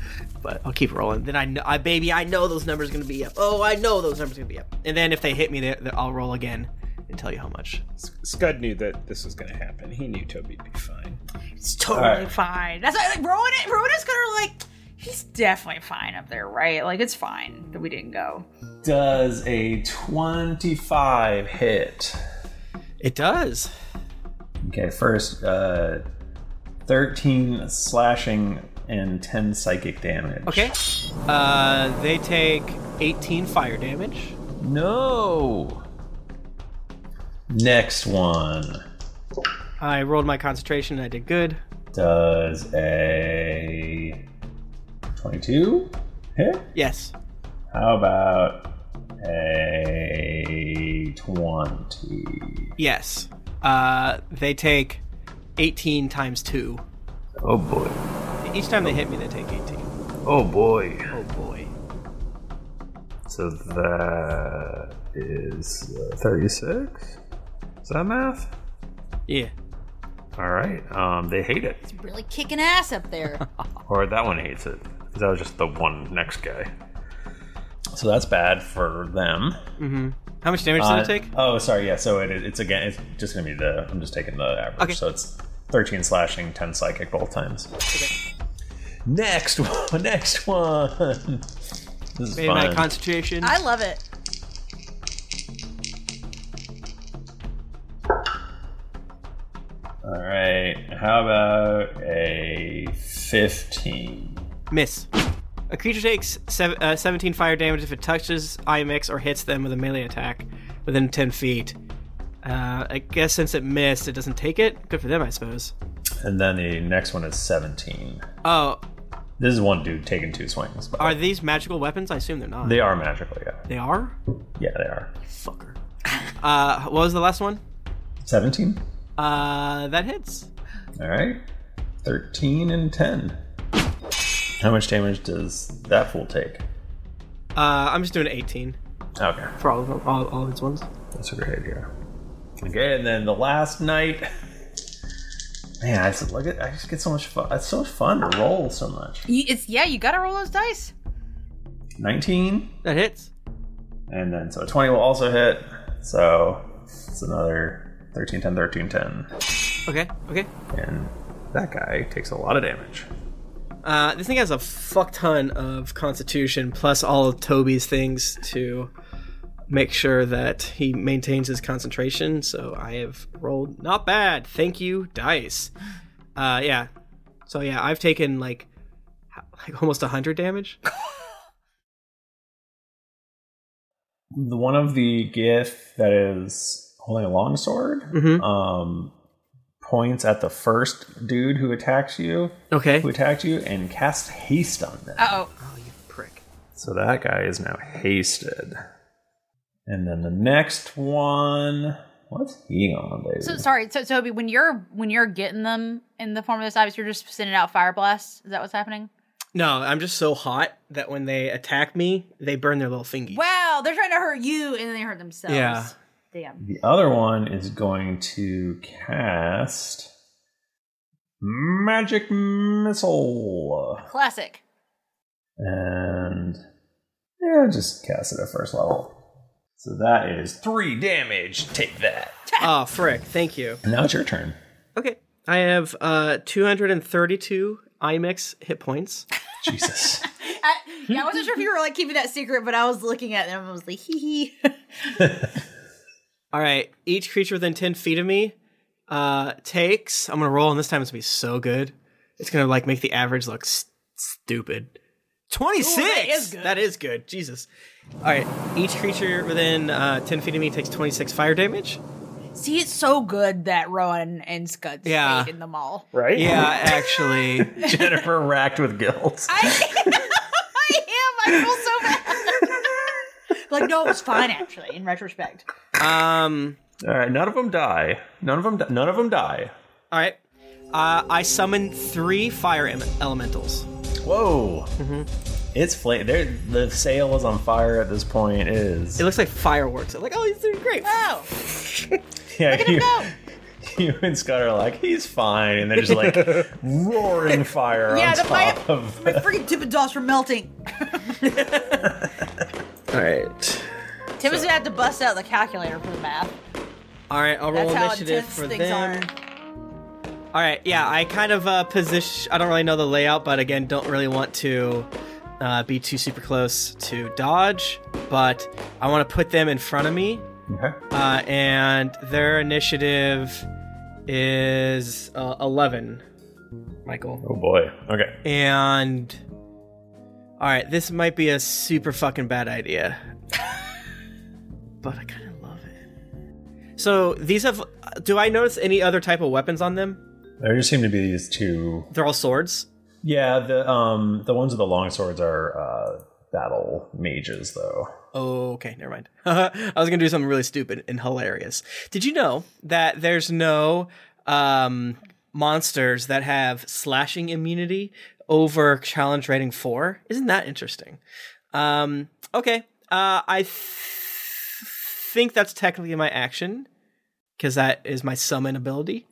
[SPEAKER 4] But I'll keep rolling. Then I, know, I baby, I know those numbers are gonna be up. Oh, I know those numbers are gonna be up. And then if they hit me, they, they, I'll roll again and tell you how much.
[SPEAKER 6] Scud knew that this was going to happen. He knew Toby'd be fine.
[SPEAKER 2] It's totally fine. That's why, like, Rowan. Rowan is kind of like he's definitely fine up there, right? Like it's fine that we didn't go.
[SPEAKER 1] Does a 25 hit?
[SPEAKER 4] It does.
[SPEAKER 1] Okay, first, uh, 13 slashing and 10 psychic damage.
[SPEAKER 4] Okay. Uh, they take 18 fire damage.
[SPEAKER 1] No. Next one
[SPEAKER 4] I rolled my concentration and I did good.
[SPEAKER 1] does a 22 hit?
[SPEAKER 4] Yes.
[SPEAKER 1] How about a 20?
[SPEAKER 4] Yes. Uh, they take 18 times 2.
[SPEAKER 1] Oh boy.
[SPEAKER 4] Each time they hit me, they take 18.
[SPEAKER 1] Oh boy.
[SPEAKER 4] Oh boy.
[SPEAKER 1] So that is uh, 36? Is that math?
[SPEAKER 4] Yeah.
[SPEAKER 1] All right. Um, they hate it.
[SPEAKER 2] Really kicking ass
[SPEAKER 4] (laughs)
[SPEAKER 2] up there.
[SPEAKER 1] Or that one hates it. 'cause that was just the one next guy. So that's bad for them.
[SPEAKER 4] Mm-hmm. How much damage
[SPEAKER 1] Uh,
[SPEAKER 4] did it take?
[SPEAKER 1] Oh, sorry. Yeah. So it, it's again. It's just gonna be the. I'm just taking the average.
[SPEAKER 4] Okay.
[SPEAKER 1] So it's 13 slashing, 10 psychic both times. Next (laughs) one. Next one. This is
[SPEAKER 4] Made
[SPEAKER 1] fun.
[SPEAKER 4] my concentration.
[SPEAKER 2] I love it.
[SPEAKER 1] All right. How about a 15?
[SPEAKER 4] Miss. A creature takes sev uh, 17 fire damage if it touches IMX or hits them with a melee attack within 10 feet. Uh, I guess since it missed, it doesn't take it. Good for them, I suppose.
[SPEAKER 1] And then the next one is 17.
[SPEAKER 4] Oh,
[SPEAKER 1] This is one dude taking two swings. But
[SPEAKER 4] are these magical weapons? I assume they're not.
[SPEAKER 1] they are magical. Yeah.
[SPEAKER 4] They are?
[SPEAKER 1] Yeah, they are.
[SPEAKER 4] Fucker. Uh, what was the last one?
[SPEAKER 1] 17.
[SPEAKER 4] Uh, that hits.
[SPEAKER 1] All right. 13 and 10. How much damage does that fool take?
[SPEAKER 4] Uh, I'm just doing 18
[SPEAKER 1] Okay.
[SPEAKER 4] for all of them, all, all of these ones.
[SPEAKER 1] That's a great idea. Okay, and then the last night. (laughs) Man, I just, look at, I just get so much fun. It's so much fun to roll so much.
[SPEAKER 2] You, it's yeah. You gotta roll those dice.
[SPEAKER 1] 19.
[SPEAKER 4] That hits.
[SPEAKER 1] And then, so 20 will also hit. So it's another 13, 10, 13, 10.
[SPEAKER 4] Okay, okay.
[SPEAKER 1] And that guy takes a lot of damage.
[SPEAKER 4] Uh, this thing has a fuck ton of constitution, plus all of Toby's things to make sure that he maintains his concentration. So I have rolled not bad. Thank you, dice. Uh, yeah. So yeah, I've taken like h- like almost hundred
[SPEAKER 1] (laughs)
[SPEAKER 4] damage.
[SPEAKER 1] the one
[SPEAKER 4] Mm-hmm.
[SPEAKER 1] of the gif that is holding a long sword um, points at the first dude who attacks you.
[SPEAKER 4] Okay.
[SPEAKER 1] Who attacked you and casts haste on them.
[SPEAKER 2] Uh oh.
[SPEAKER 1] So that guy is now hasted. And then the next one. What's he on, baby?
[SPEAKER 2] So sorry, so Toby, when you're when you're getting them in the form of this obvious, you're just sending out fire blasts. Is that what's happening?
[SPEAKER 4] No, I'm just so hot that when they attack me, they burn their little fingies.
[SPEAKER 2] Wow, they're trying to hurt you and then they hurt themselves.
[SPEAKER 4] Yeah.
[SPEAKER 2] Damn.
[SPEAKER 1] The other one is going to cast Magic Missile.
[SPEAKER 2] Classic.
[SPEAKER 1] And yeah, just cast it at first level. So that is three damage. Take that.
[SPEAKER 4] oh, frick. Thank you.
[SPEAKER 1] And now it's your turn.
[SPEAKER 4] Okay. I have uh 232 IMEX E hit points.
[SPEAKER 1] Jesus.
[SPEAKER 2] I, yeah, I wasn't sure if you were like keeping that secret, but I was looking at them and I was like, hee hee.
[SPEAKER 4] All right. Each creature within 10 feet of me uh takes. I'm going to roll, and this time it's going to be so good. It's going to like make the average look s- stupid. 26!
[SPEAKER 2] Ooh, that is good.
[SPEAKER 4] That is good. Jesus. All right. Each creature within uh, 10 feet of me takes 26 fire damage.
[SPEAKER 2] (laughs) See, it's so good that Rowan and Scud
[SPEAKER 4] Yeah.
[SPEAKER 2] stayed in the mall.
[SPEAKER 4] Yeah, (laughs) actually.
[SPEAKER 1] (laughs) Jennifer racked with guilt.
[SPEAKER 2] I am. I feel so bad. like, no, it was fine actually. In retrospect,
[SPEAKER 4] Um.
[SPEAKER 1] All right. None of them die. None of them. Di- none of them die.
[SPEAKER 4] All right. Uh, I summon three fire em- elementals.
[SPEAKER 1] Whoa.
[SPEAKER 4] Mm-hmm.
[SPEAKER 1] It's flame. The sail is on fire at this point. It Is it
[SPEAKER 4] looks like fireworks? I'm like, oh, he's doing great.
[SPEAKER 2] Wow.
[SPEAKER 1] yeah. you, (laughs) you and Scott are like, he's fine, and they're
[SPEAKER 4] (laughs)
[SPEAKER 1] just like roaring fire
[SPEAKER 2] Yeah,
[SPEAKER 1] on
[SPEAKER 2] the
[SPEAKER 1] top
[SPEAKER 2] fire-
[SPEAKER 1] of.
[SPEAKER 2] my freaking Tim and Doss were melting.
[SPEAKER 4] All right.
[SPEAKER 2] Tim was gonna have to bust out the calculator for the math.
[SPEAKER 4] All right. I'll roll
[SPEAKER 2] That's how
[SPEAKER 4] initiative
[SPEAKER 2] intense
[SPEAKER 4] for
[SPEAKER 2] things
[SPEAKER 4] them.
[SPEAKER 2] are.
[SPEAKER 4] All right. Yeah. I kind of uh, position. I don't really know the layout, but again, don't really want to uh, be too super close to dodge. But I want to put them in front of me.
[SPEAKER 1] Okay.
[SPEAKER 4] Uh, and their initiative is uh, eleven. Michael.
[SPEAKER 1] Oh boy. Okay.
[SPEAKER 4] And all right, this might be a super fucking bad idea. but I kind of love it. So, these have do I notice any other type of weapons on them?
[SPEAKER 1] There just seem to be these two.
[SPEAKER 4] They're all swords.
[SPEAKER 1] Yeah. The um the ones with the long swords are uh battle mages though.
[SPEAKER 4] Oh, okay, never mind. (laughs) I was going to do something really stupid and hilarious. Did you know that there's no um monsters that have slashing immunity over challenge rating 4? Isn't that interesting? Um okay. Uh I think that's technically my action because that is my summon ability.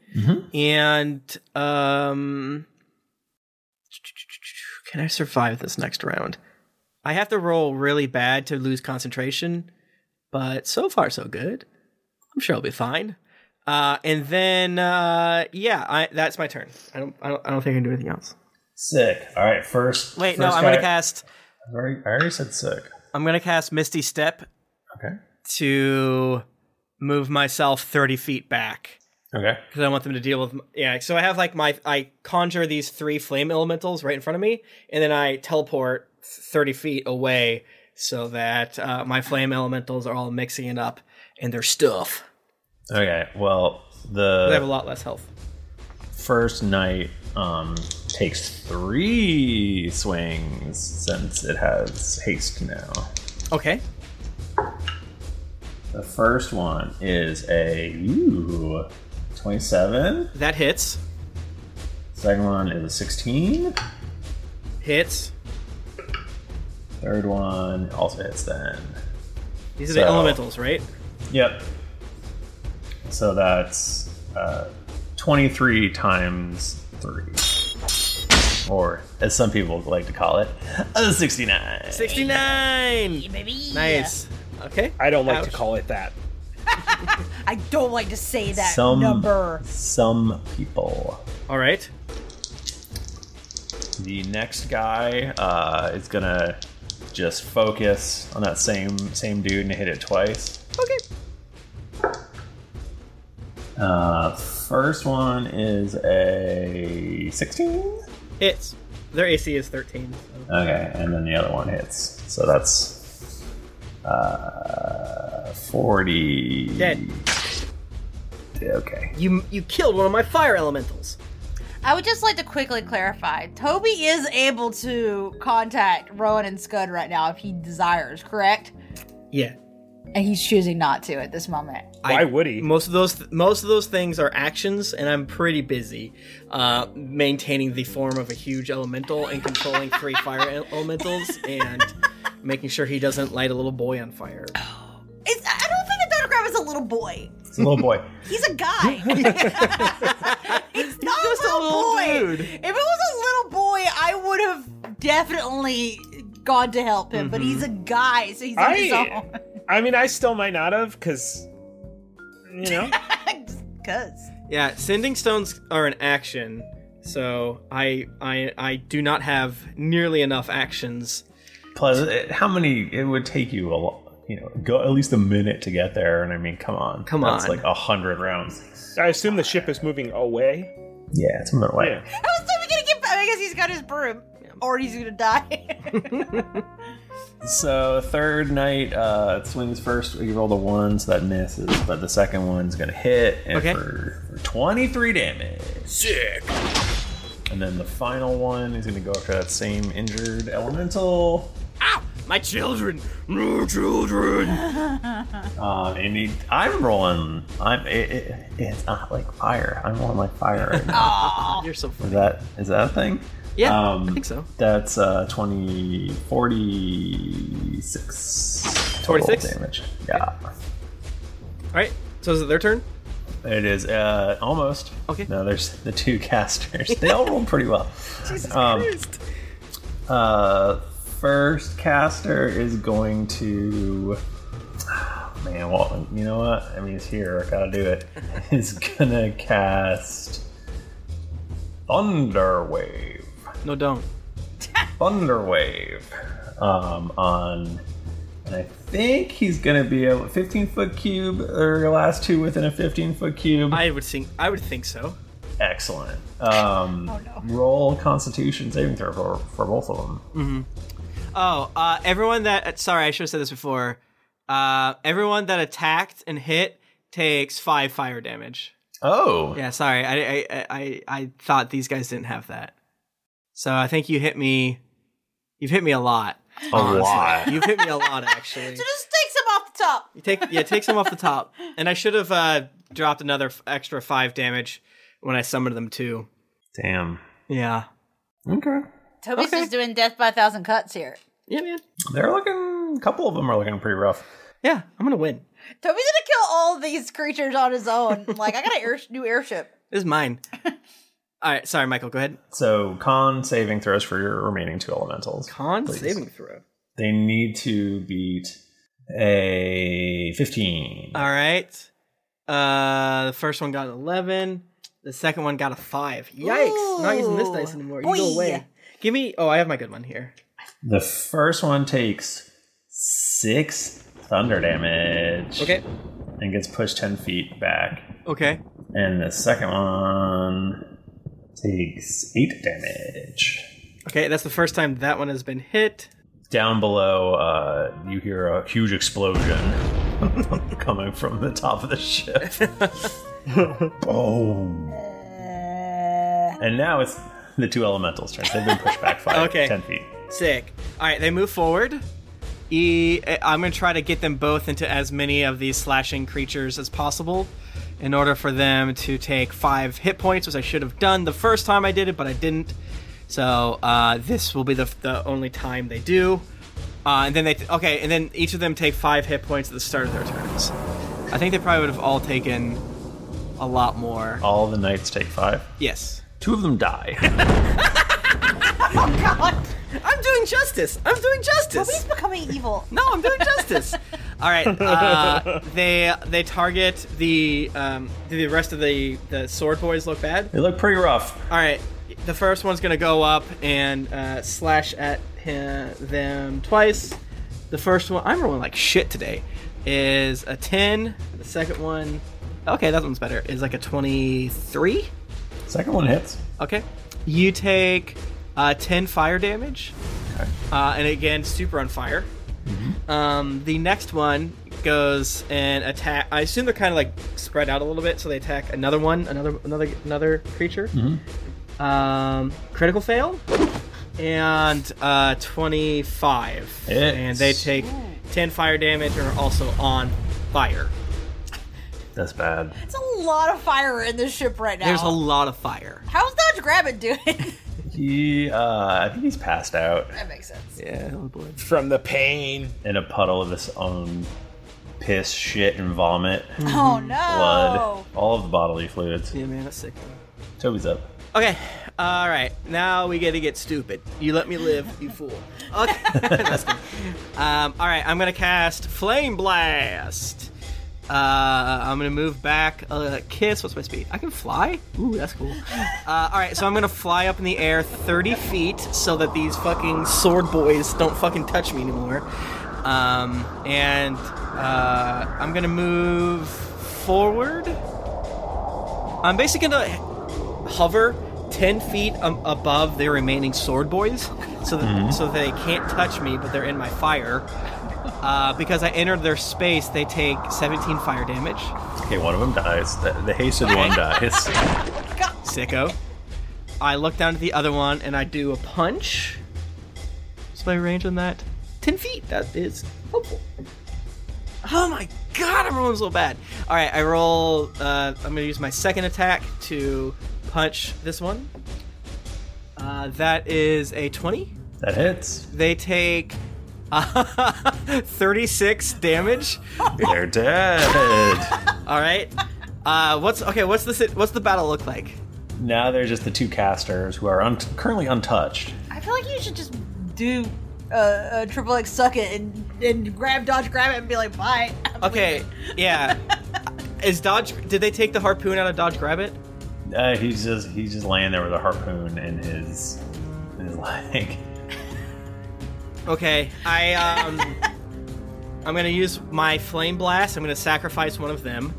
[SPEAKER 4] And um, can I survive this next round? I have to roll really bad to lose concentration, but so far so good. I'm sure I'll be fine. Uh, and then uh, yeah, I, that's my turn. I don't, I don't, I don't think I can do anything else.
[SPEAKER 1] Sick. All right. First.
[SPEAKER 4] Wait, no,
[SPEAKER 1] first
[SPEAKER 4] I'm gonna
[SPEAKER 1] guy-
[SPEAKER 4] cast.
[SPEAKER 1] I've already- I already said sick.
[SPEAKER 4] I'm gonna cast Misty Step.
[SPEAKER 1] Okay.
[SPEAKER 4] To move myself 30 feet back.
[SPEAKER 1] Okay.
[SPEAKER 4] because I want them to deal with. Yeah, so I have like my I conjure these three flame elementals right in front of me, and then I teleport thirty feet away so that uh, my flame elementals are all mixing it up and their stuff.
[SPEAKER 1] Okay. Well,
[SPEAKER 4] they have a
[SPEAKER 1] the
[SPEAKER 4] lot less health.
[SPEAKER 1] first knight um, takes three swings since it has haste now.
[SPEAKER 4] Okay.
[SPEAKER 1] The first one is a ooh, 27.
[SPEAKER 4] That hits.
[SPEAKER 1] Second one is a 16.
[SPEAKER 4] Hits.
[SPEAKER 1] Third one also hits then.
[SPEAKER 4] These are
[SPEAKER 1] So-
[SPEAKER 4] the elementals, right?
[SPEAKER 1] Yep. So that's uh, 23 times 3. Or, as some people like to call it, a 69.
[SPEAKER 4] 69. Nice. Okay.
[SPEAKER 6] I don't like
[SPEAKER 1] Ouch.
[SPEAKER 6] to call it that.
[SPEAKER 2] I don't like to say that
[SPEAKER 1] some
[SPEAKER 2] number.
[SPEAKER 1] some people.
[SPEAKER 4] All right.
[SPEAKER 1] The next guy uh, is gonna just focus on that same same dude and hit it twice.
[SPEAKER 4] Okay.
[SPEAKER 1] Uh, first one is a sixteen.
[SPEAKER 4] Hits. Their AC is thirteen. so-
[SPEAKER 1] Okay, and then the other one hits. So that's uh, forty.
[SPEAKER 4] Dead.
[SPEAKER 1] Okay.
[SPEAKER 4] You you killed one of my fire elementals.
[SPEAKER 2] I would just like to quickly clarify. Toby is able to contact Rowan and Scud right now if he desires, correct?
[SPEAKER 4] Yeah.
[SPEAKER 2] And he's choosing not to at this moment.
[SPEAKER 4] Why would he? Most of those most of those things are actions, and I'm pretty busy uh, maintaining the form of a huge elemental and controlling three (laughs) fire el- elementals and making sure he doesn't light a little boy on fire.
[SPEAKER 2] It's, I don't think a Dodograph is a little boy.
[SPEAKER 1] It's a little boy.
[SPEAKER 2] He's
[SPEAKER 4] (laughs)
[SPEAKER 2] a guy. He's not a little, boy.
[SPEAKER 1] dude.
[SPEAKER 2] If it was a little boy, I would have definitely gone to help him. But he's a
[SPEAKER 4] Mm-hmm.
[SPEAKER 2] guy, so he's on his
[SPEAKER 6] I,
[SPEAKER 2] own.
[SPEAKER 6] I mean, I still might not have because you
[SPEAKER 2] (laughs)
[SPEAKER 6] know.
[SPEAKER 2] Cause
[SPEAKER 4] Yeah, sending stones are an action, so I I I do not have nearly enough actions.
[SPEAKER 1] Plus, it, how many? It would take you a lot, you know, go at least a minute to get there. And I mean, come on, come that's
[SPEAKER 6] on.
[SPEAKER 1] like a hundred rounds.
[SPEAKER 6] I assume the ship is moving away.
[SPEAKER 1] Yeah, it's a minute away.
[SPEAKER 2] How is Toby gonna get back? I guess he's got his broom, or he's
[SPEAKER 4] (laughs)
[SPEAKER 2] gonna die.
[SPEAKER 1] So third night, uh, it swings first. You roll the one, so that misses, but the second one's gonna hit and
[SPEAKER 4] Okay.
[SPEAKER 1] for, for 23 damage. Sick. And then the final one is gonna go after that same injured elemental.
[SPEAKER 4] My
[SPEAKER 1] (laughs)
[SPEAKER 4] children, no children.
[SPEAKER 1] Um, and he, I'm rolling. I'm. It, it, it's not like fire. I'm rolling like fire
[SPEAKER 4] (laughs)
[SPEAKER 1] right now.
[SPEAKER 4] You're so
[SPEAKER 1] Is that is that a thing?
[SPEAKER 4] Yeah,
[SPEAKER 1] um,
[SPEAKER 4] I think so.
[SPEAKER 1] That's uh, 20, 46 total
[SPEAKER 4] 46?
[SPEAKER 1] damage. Yeah.
[SPEAKER 4] All right. So is it their turn?
[SPEAKER 1] It is uh, almost.
[SPEAKER 4] Okay.
[SPEAKER 1] No, there's the two (laughs) casters.
[SPEAKER 4] (laughs)
[SPEAKER 1] They all rolled pretty well.
[SPEAKER 4] Jesus
[SPEAKER 1] Um,
[SPEAKER 4] Christ.
[SPEAKER 1] Uh, first caster is going to. (sighs) Man, well, you know what? I mean, it's here. I gotta
[SPEAKER 4] (laughs)
[SPEAKER 1] do it. Is gonna cast Thunder Wave.
[SPEAKER 4] No, (laughs) don't.
[SPEAKER 1] Thunder Wave um, on. And I think he's gonna be a 15 foot cube, or your last two within a 15 foot cube.
[SPEAKER 4] I would think I would think so.
[SPEAKER 1] Excellent.
[SPEAKER 4] Oh,
[SPEAKER 1] Um, Roll Constitution saving throw for, for both of them.
[SPEAKER 4] hmm Oh, uh, everyone that uh, sorry, I should have said this before. Uh, everyone that attacked and hit takes five fire damage.
[SPEAKER 1] Oh.
[SPEAKER 4] yeah. Sorry, I I I, I, I thought these guys didn't have that. So I think you hit me. You've hit me a lot. Um,
[SPEAKER 1] A lot.
[SPEAKER 4] (laughs) You've hit me a
[SPEAKER 2] (laughs)
[SPEAKER 4] lot, actually.
[SPEAKER 2] so just takes him off the top.
[SPEAKER 4] You take yeah, it takes them off the top. And I should have uh, dropped another f- extra five damage when I summoned them too.
[SPEAKER 1] Damn.
[SPEAKER 4] Yeah.
[SPEAKER 1] Okay.
[SPEAKER 2] Toby's just doing death by a thousand cuts here.
[SPEAKER 4] Yeah, man.
[SPEAKER 1] They're looking. A couple of them are looking pretty rough.
[SPEAKER 4] Yeah, I'm gonna win.
[SPEAKER 2] Toby's gonna kill all these creatures on
[SPEAKER 4] (laughs)
[SPEAKER 2] his own. Like I got an air- new airship.
[SPEAKER 4] This is mine. All right, sorry, Michael. Go ahead.
[SPEAKER 1] So con saving throws for your remaining two elementals.
[SPEAKER 4] Con saving throw.
[SPEAKER 1] They need to beat a 15.
[SPEAKER 4] All right. Uh, the first one got an eleven. The second one got a five. Yikes! Not using this dice anymore. You
[SPEAKER 2] Boy.
[SPEAKER 4] go away. Give me. Oh, I have my good one here.
[SPEAKER 1] The first one takes six thunder damage.
[SPEAKER 4] Okay.
[SPEAKER 1] And gets pushed 10 feet back.
[SPEAKER 4] Okay.
[SPEAKER 1] And the second one takes eight damage.
[SPEAKER 4] Okay, that's the first time that one has been hit.
[SPEAKER 1] Down below, uh, you hear a huge explosion (laughs) coming from the top of
[SPEAKER 4] (laughs)
[SPEAKER 1] the ship.
[SPEAKER 5] Oh.
[SPEAKER 1] Boom. And now it's the two elementals' turns. They've been pushed back five,
[SPEAKER 4] Okay.
[SPEAKER 1] ten feet.
[SPEAKER 4] Sick. All right, they move forward. E, I'm gonna try to get them both into as many of these slashing creatures as possible, in order for them to take five hit points, which I should have done the first time I did it, but I didn't. So uh, this will be the, the only time they do. Uh, and then they okay, and then each of them take five hit points at the start of their turns. I think they probably would have all taken a lot more.
[SPEAKER 1] All the knights take five.
[SPEAKER 4] Yes.
[SPEAKER 1] Two of them die.
[SPEAKER 4] I'm doing justice. I'm doing justice.
[SPEAKER 2] Toby's becoming evil.
[SPEAKER 4] No, I'm doing
[SPEAKER 2] (laughs)
[SPEAKER 4] justice. All right. Uh, they they target the um, do the rest of the the sword boys look bad?
[SPEAKER 1] they look pretty rough.
[SPEAKER 4] All right. The first one's gonna go up and uh, slash at him, them twice. The first one I'm rolling like shit today is a ten. The second one, okay, that one's better. Is like a twenty-three.
[SPEAKER 1] Second one hits.
[SPEAKER 4] Okay. You take uh, 10 fire
[SPEAKER 1] Mm-hmm.
[SPEAKER 4] damage. Uh, and again, super on fire. Um, the next one goes and attack. I assume they're kind of like spread out a little bit, so they attack another one, another another another creature.
[SPEAKER 1] Mm-hmm.
[SPEAKER 4] Um, critical fail, and uh, twenty five,
[SPEAKER 1] Hits.
[SPEAKER 4] and they take ten fire damage and are also on fire.
[SPEAKER 1] That's bad.
[SPEAKER 2] It's a lot of fire in this ship right now.
[SPEAKER 4] There's a lot of fire.
[SPEAKER 2] How's Dodge
[SPEAKER 4] (laughs)
[SPEAKER 2] Rabbit doing?
[SPEAKER 1] He, uh, I think he's passed out
[SPEAKER 2] that makes sense.
[SPEAKER 4] Yeah, oh
[SPEAKER 1] from the pain in a puddle of his own piss, shit, and vomit.
[SPEAKER 2] Oh, no.
[SPEAKER 1] Blood, all of the bodily fluids.
[SPEAKER 4] Mm-hmm. Yeah, man, that's sick.
[SPEAKER 1] Toby's up.
[SPEAKER 4] Okay, all right. Now we gotta get stupid. You let me live, you fool. Okay, (laughs) That's good. Um, all right, I'm gonna cast Flame Blast. Uh, I'm gonna move back a kiss. What's my speed? I can fly. Ooh, that's cool. Uh, all right, so I'm gonna fly up in the air 30 feet so that these fucking sword boys don't fucking touch me anymore. Um, and uh, I'm gonna move forward. I'm basically gonna hover 10 feet um, above the remaining sword boys so that,
[SPEAKER 10] Mhm.
[SPEAKER 4] so they can't touch me, but they're in my fire. Uh, because I entered their space, they take 17 fire damage.
[SPEAKER 1] Okay, one of them dies. The, the hasted
[SPEAKER 4] (laughs)
[SPEAKER 1] one dies.
[SPEAKER 4] Sicko. I look down at the other one and I do a punch. What's my range on that? 10 feet. That is helpful. Oh my god, I'm rolling so bad. All right, I roll. Uh, I'm going to use my second attack to punch this one. Uh, that is a 20.
[SPEAKER 1] That hits.
[SPEAKER 4] They take (laughs) 36 damage.
[SPEAKER 1] They're dead.
[SPEAKER 4] (laughs) All right. Uh, what's okay? What's the sit- what's the battle look like?
[SPEAKER 1] Now they're just the two casters who are un- currently untouched.
[SPEAKER 2] I feel like you should just do uh, a, a triple X suck it and, and grab Dodge Rabbit and be like, bye.
[SPEAKER 4] Okay, yeah. Is dodge? Did they take the harpoon out of dodge grab it?
[SPEAKER 1] Uh, he's just he's just laying there with a harpoon in his in his (laughs) leg.
[SPEAKER 4] Okay, I um, (laughs) I'm gonna use my flame blast. I'm gonna sacrifice one of them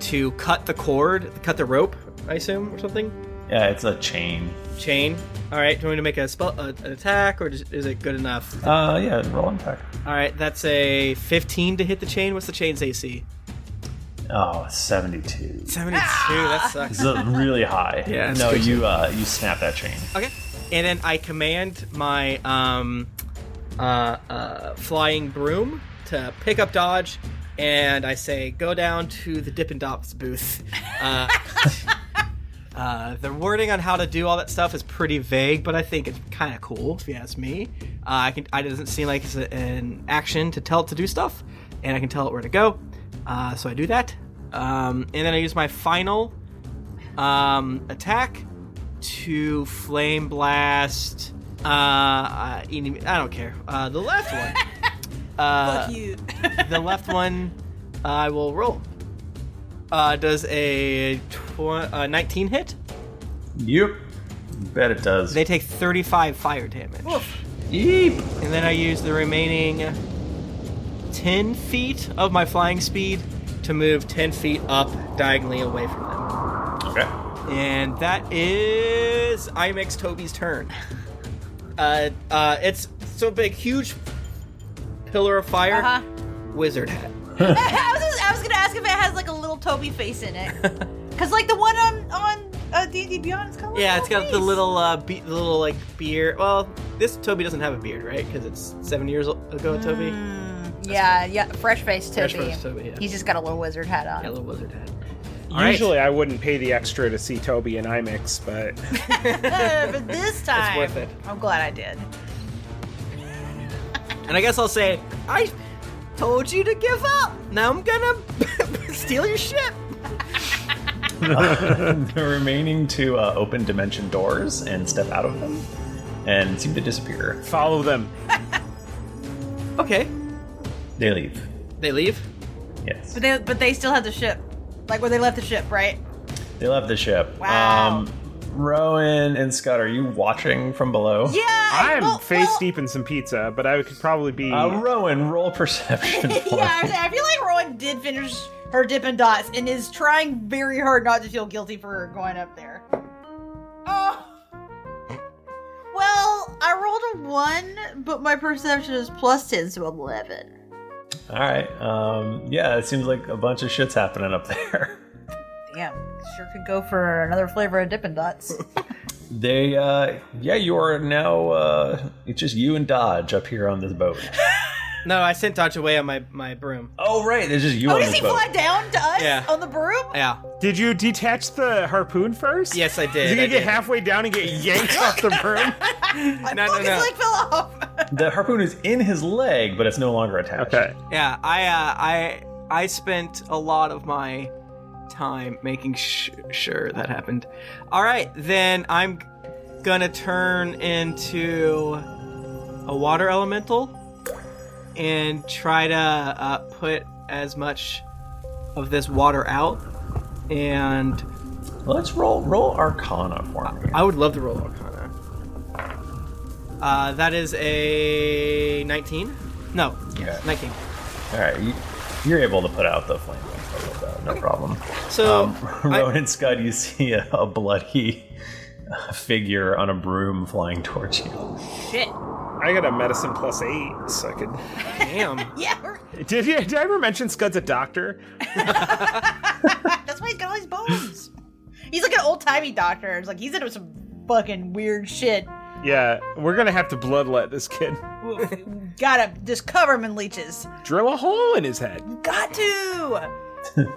[SPEAKER 4] to cut the cord, cut the rope, I assume, or something.
[SPEAKER 1] Yeah, it's a chain.
[SPEAKER 4] Chain. All right, do you want me to make a spell, uh, an attack, or just, is it good enough?
[SPEAKER 1] Uh, yeah, roll an attack.
[SPEAKER 4] All right, that's a 15 to hit the chain. What's the chain's AC?
[SPEAKER 1] Oh, 72.
[SPEAKER 4] 72. That
[SPEAKER 1] This
[SPEAKER 4] sucks.
[SPEAKER 1] is a really high.
[SPEAKER 4] (laughs) Yeah, it's
[SPEAKER 1] No,
[SPEAKER 4] good.
[SPEAKER 1] you uh, you snap that chain. (laughs)
[SPEAKER 4] Okay. And then I command my um, uh, uh, flying broom to pick up Dodge, and I say, go down to the Dippin' Dots booth. Uh, uh, the wording on how to do all that stuff is pretty vague, but I think it's kind of cool, if you ask me. Uh, I can, I doesn't seem like it's a, an action to tell it to do stuff, and I can tell it where to go. Uh, so I do that. Um, and then I use my final um, attack to flame blast. Uh, I, I don't care. Uh, the left one. (laughs) Uh,
[SPEAKER 2] Fuck you.
[SPEAKER 4] the left one. I will roll. Uh, does a tw- uh, 19 hit?
[SPEAKER 1] Yep. Bet it does.
[SPEAKER 4] They take 35 fire damage. And then I use the remaining 10 feet of my flying speed to move 10 feet up diagonally away from them.
[SPEAKER 1] Okay.
[SPEAKER 4] And that is IMX Toby's turn. Uh, uh, it's so big, huge pillar of fire,
[SPEAKER 2] Uh-huh.
[SPEAKER 4] wizard hat.
[SPEAKER 2] (laughs) I, was just, I was gonna ask if it has like a little Toby face
[SPEAKER 4] (laughs)
[SPEAKER 2] in it, cause like the one on on uh, D&D Beyond is kind of
[SPEAKER 4] Yeah, it's got the little, uh, be- the little like beard. Well, this Toby doesn't have a beard, right? Because it's seven years ago, Toby.
[SPEAKER 2] yeah yeah fresh face Toby.
[SPEAKER 4] Fresh-faced Toby, yeah.
[SPEAKER 2] He's just got a little wizard hat on.
[SPEAKER 4] Yeah, little wizard hat. right.
[SPEAKER 6] Usually, I wouldn't pay the extra to see Toby and IMAX, but
[SPEAKER 2] (laughs)
[SPEAKER 4] (laughs)
[SPEAKER 2] but this time,
[SPEAKER 4] worth it.
[SPEAKER 2] I'm glad I did.
[SPEAKER 4] And I guess I'll say, I told you to give up. Now I'm gonna steal your ship.
[SPEAKER 1] the remaining two uh, open dimension doors and step out of them and seem to disappear.
[SPEAKER 6] Follow them.
[SPEAKER 4] Okay.
[SPEAKER 1] They leave.
[SPEAKER 4] They leave.
[SPEAKER 1] Yes.
[SPEAKER 2] But they but they still have the ship, like where they left the ship, right?
[SPEAKER 1] They left the ship. Wow. Um, Rowan and Scott, are you watching from below?
[SPEAKER 2] Yeah,
[SPEAKER 6] I'm face deep in some pizza, but I could probably be.
[SPEAKER 1] Uh,
[SPEAKER 6] (laughs)
[SPEAKER 1] Rowan, roll perception. (laughs)
[SPEAKER 2] yeah,
[SPEAKER 1] for
[SPEAKER 2] I, was- I feel like Rowan did finish her dip and dots and is trying very hard not to feel guilty for going up there. Oh. Well, I rolled a one, but my perception is plus ten, so eleven.
[SPEAKER 1] All right. Um, yeah, it seems like a bunch of shit's happening up (laughs) there.
[SPEAKER 2] Damn, sure could go for another flavor of Dippin' Dots.
[SPEAKER 1] They, uh, yeah, you are now. Uh, it's just you and Dodge up here on this boat. (laughs)
[SPEAKER 4] No, I sent Dodge away on my, my broom.
[SPEAKER 1] Oh, (laughs) right. There's just you
[SPEAKER 2] oh,
[SPEAKER 1] on
[SPEAKER 2] does
[SPEAKER 1] this
[SPEAKER 2] he
[SPEAKER 1] boat.
[SPEAKER 2] fly down to us
[SPEAKER 1] Yeah.
[SPEAKER 2] on the broom?
[SPEAKER 4] Yeah.
[SPEAKER 3] Did you detach the harpoon first?
[SPEAKER 4] Yes, I did.
[SPEAKER 3] Is he gonna
[SPEAKER 4] I
[SPEAKER 3] get
[SPEAKER 4] did.
[SPEAKER 3] halfway down and get yanked off the broom?
[SPEAKER 4] no, no, no.
[SPEAKER 1] The harpoon is in his leg, but it's no longer attached.
[SPEAKER 3] Okay.
[SPEAKER 4] Yeah, I uh, I I spent a lot of my time making sh- sure that happened. All right, then I'm gonna turn into a water elemental and try to uh, put as much of this water out. And
[SPEAKER 1] let's roll roll Arcana for me.
[SPEAKER 4] I would love to roll Arcana. Uh, that is a 19. No,
[SPEAKER 1] Yeah.
[SPEAKER 4] 19.
[SPEAKER 1] All right. You, you're able to put out the flame. No problem. Um,
[SPEAKER 4] So,
[SPEAKER 1] (laughs) Rowan and Scud, you see a, a bloody uh, figure on a broom flying towards you.
[SPEAKER 2] (laughs)
[SPEAKER 1] (laughs)
[SPEAKER 2] Shit.
[SPEAKER 3] I got a medicine plus eight, so I could.
[SPEAKER 4] Damn.
[SPEAKER 2] (laughs) yeah.
[SPEAKER 3] Did, you, did I ever mention Scud's a doctor?
[SPEAKER 2] Ah, That's why he's got all these bones. he's like an old timey doctor. It's like he's into some fucking weird shit.
[SPEAKER 3] Yeah, we're gonna have to bloodlet this kid.
[SPEAKER 2] Gotta just cover him in leeches.
[SPEAKER 3] Drill a hole in his head.
[SPEAKER 2] Got to.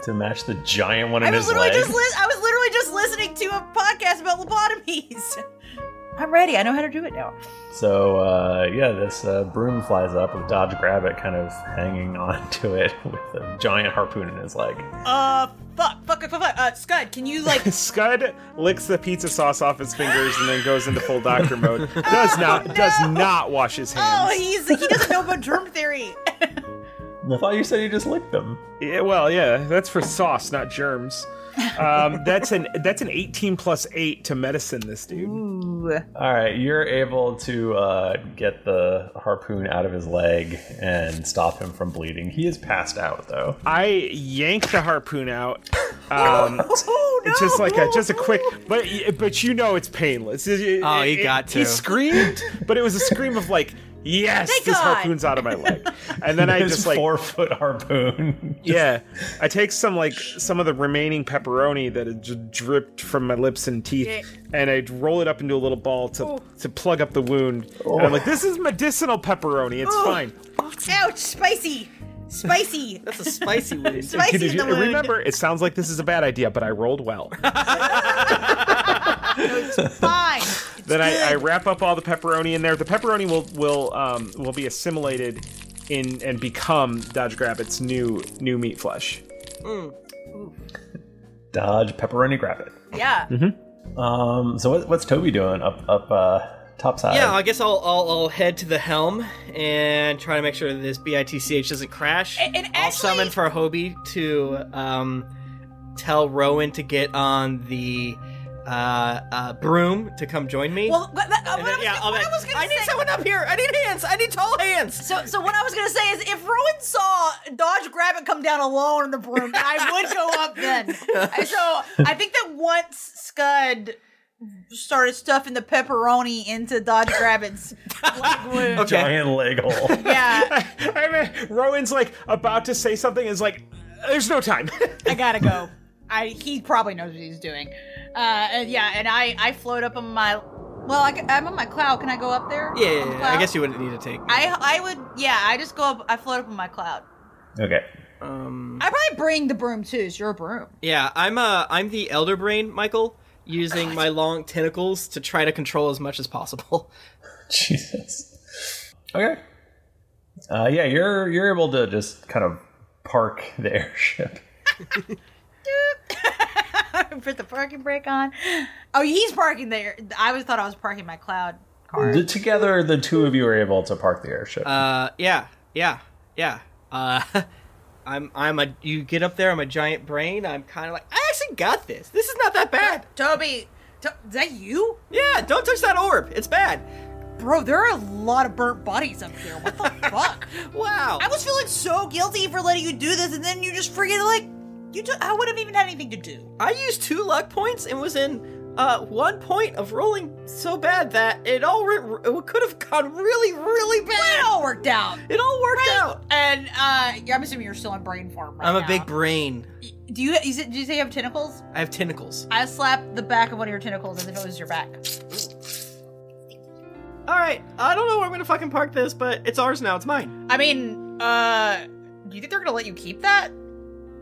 [SPEAKER 1] to match the giant one in
[SPEAKER 2] I was
[SPEAKER 1] his
[SPEAKER 2] literally
[SPEAKER 1] leg.
[SPEAKER 2] just lis- I was literally just listening to a podcast about lobotomies. (laughs) I'm ready. I know how to do it now.
[SPEAKER 1] So uh, yeah, this uh, broom flies up with Dodge grab it, kind of hanging (laughs) onto it with a giant harpoon in his leg.
[SPEAKER 2] Uh, fuck, fuck, fuck, fuck. fuck. Uh, Scud, can
[SPEAKER 3] (laughs)
[SPEAKER 2] you like?
[SPEAKER 3] Scud licks the pizza sauce off his fingers and then goes into full doctor
[SPEAKER 2] (laughs)
[SPEAKER 3] mode. Does not does not wash his hands.
[SPEAKER 2] oh, he's he doesn't know about germ theory.
[SPEAKER 1] I thought you said you just licked them.
[SPEAKER 3] Yeah, well, yeah, that's for sauce, not germs. Um, (laughs) that's an that's an eighteen plus eight to medicine this dude.
[SPEAKER 1] All right, you're able to uh, get the harpoon out of his leg and stop him from bleeding. He is passed out though. (laughs)
[SPEAKER 3] I yank the harpoon out. Um, It's (laughs) just like a just a quick, but but you know it's painless. It- it-
[SPEAKER 4] Oh, he
[SPEAKER 3] it-
[SPEAKER 4] got
[SPEAKER 3] He
[SPEAKER 4] to.
[SPEAKER 3] screamed, but it was a scream of like, yes,
[SPEAKER 4] Thank
[SPEAKER 3] this
[SPEAKER 4] God.
[SPEAKER 3] harpoon's out of my leg. And
[SPEAKER 1] (laughs)
[SPEAKER 3] then I
[SPEAKER 1] His
[SPEAKER 3] just like
[SPEAKER 1] four foot harpoon.
[SPEAKER 3] Yeah, I take some like some of the remaining pepperoni that had just dripped from my lips and teeth,
[SPEAKER 2] Yeah. Oh.
[SPEAKER 3] and I roll it up into a little ball to to plug up the wound. And I'm like, this is medicinal pepperoni. It's
[SPEAKER 2] Ooh.
[SPEAKER 3] fine.
[SPEAKER 2] Ouch! Spicy,
[SPEAKER 4] (laughs)
[SPEAKER 2] spicy. That's
[SPEAKER 4] a spicy
[SPEAKER 2] (laughs)
[SPEAKER 4] wound.
[SPEAKER 3] Did
[SPEAKER 2] Spicy in
[SPEAKER 3] you-
[SPEAKER 2] the wound.
[SPEAKER 3] remember, it sounds like this is a bad idea, but I rolled well.
[SPEAKER 2] Fine.
[SPEAKER 3] then I, I wrap up all the pepperoni in there. The pepperoni will will um, will be assimilated in and become Dodge Grabbit's new new meat flesh.
[SPEAKER 1] Dodge pepperoni grab it.
[SPEAKER 2] Yeah.
[SPEAKER 1] Um. So what, what's Toby doing up up uh, topside?
[SPEAKER 4] Yeah, I guess I'll, I'll I'll head to the helm and try to make sure that this bitch doesn't crash. And, I'll summon for Hobie to um, tell Rowan to get on the uh, uh, broom to come join me.
[SPEAKER 2] Well, but that, uh, what, I was,
[SPEAKER 4] yeah,
[SPEAKER 2] gonna- what I was gonna I need someone
[SPEAKER 4] up here. I need hands. I need tall hands.
[SPEAKER 2] So, so what I was gonna say is, if Rowan saw Dodge Grabbit come down alone in the broom, then I would go up then. And so, I think that once Scud started stuffing the pepperoni into Dodge Grabbit's leg wound,
[SPEAKER 1] Giant leg hole.
[SPEAKER 2] yeah.
[SPEAKER 3] (laughs) I mean, Rowan's like about to say something. Is like, there's no time.
[SPEAKER 2] I
[SPEAKER 3] (laughs)
[SPEAKER 2] gotta go. (laughs) I he probably knows what he's doing. Uh, and yeah, and I I float up on my. Well, I, am on my cloud. Can I go up there?
[SPEAKER 4] Yeah, yeah,
[SPEAKER 2] On the
[SPEAKER 4] yeah, I
[SPEAKER 2] cloud?
[SPEAKER 4] guess you wouldn't need to take.
[SPEAKER 2] I I would yeah. I just go up. I float up on my cloud.
[SPEAKER 1] Okay.
[SPEAKER 4] Um,
[SPEAKER 2] I probably bring the broom too. It's your
[SPEAKER 4] (laughs)
[SPEAKER 2] broom.
[SPEAKER 4] yeah, I'm uh I'm the elder brain, Michael, using my long tentacles to try to control as much as possible.
[SPEAKER 1] (laughs) Jesus. Okay. Uh, yeah, you're you're able to just kind of park (laughs) the airship.
[SPEAKER 2] Put the parking brake on. Oh, he's parking there. I was thought I was parking my cloud.
[SPEAKER 1] The- together, the two of you are able to park the airship.
[SPEAKER 4] Uh, yeah, yeah, yeah. Uh, (laughs) I'm, I'm a. You get up there. I'm a giant brain. I'm kind of like, I actually got this. This is not that bad.
[SPEAKER 2] Toby, to- is that you?
[SPEAKER 4] Yeah, don't touch that orb. It's bad.
[SPEAKER 2] Bro, there are a lot of burnt bodies up here.
[SPEAKER 4] (laughs)
[SPEAKER 2] What the fuck?
[SPEAKER 4] Wow.
[SPEAKER 2] I was feeling so guilty for letting you do this, and then you just freaking like you. T- I would have even had anything to do.
[SPEAKER 4] I used two luck points and was in uh, one point of rolling so bad that it all re- it could have gone really, really bad.
[SPEAKER 2] it all worked out.
[SPEAKER 4] It all worked out.
[SPEAKER 2] And uh, yeah, I'm assuming you're still in brain form. Right
[SPEAKER 4] I'm a
[SPEAKER 2] now.
[SPEAKER 4] big brain.
[SPEAKER 2] Do you? Is it, do you say you have tentacles?
[SPEAKER 4] I have tentacles.
[SPEAKER 2] I slapped the back of one of your tentacles as if it was your back.
[SPEAKER 4] All right, I don't know where I'm gonna fucking park this, but it's ours now. It's mine.
[SPEAKER 2] I mean, uh, do you think they're gonna let you keep that?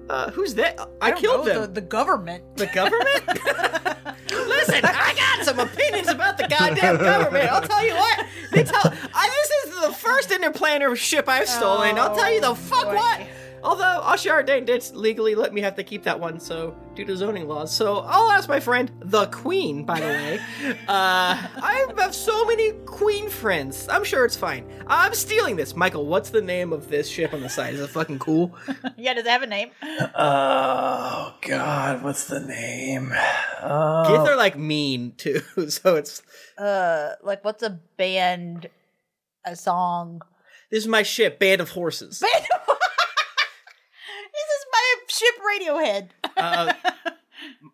[SPEAKER 4] Uh, who's that? I, killed
[SPEAKER 2] know,
[SPEAKER 4] them.
[SPEAKER 2] The, the government.
[SPEAKER 4] The government? (laughs) Listen, I got some opinions about the goddamn government. I'll tell you what. They tell I, this is the first interplanar ship I've stolen. I'll tell you the fuck what. Although Ashardane did legally let me have to keep that one, so due to zoning laws. So I'll ask my friend, the Queen, by the way. uh, I have so many Queen friends. I'm sure it's fine. I'm stealing this, Michael. What's the name of this ship on the side? Is it fucking cool?
[SPEAKER 2] (laughs) yeah, does it have a name?
[SPEAKER 1] Oh God, what's the name? Oh.
[SPEAKER 4] Gith are like mean too, (laughs) so it's
[SPEAKER 2] Uh, like what's a band, a song?
[SPEAKER 4] this is my ship, Band of Horses.
[SPEAKER 2] This is my ship, Radiohead.
[SPEAKER 4] Uh,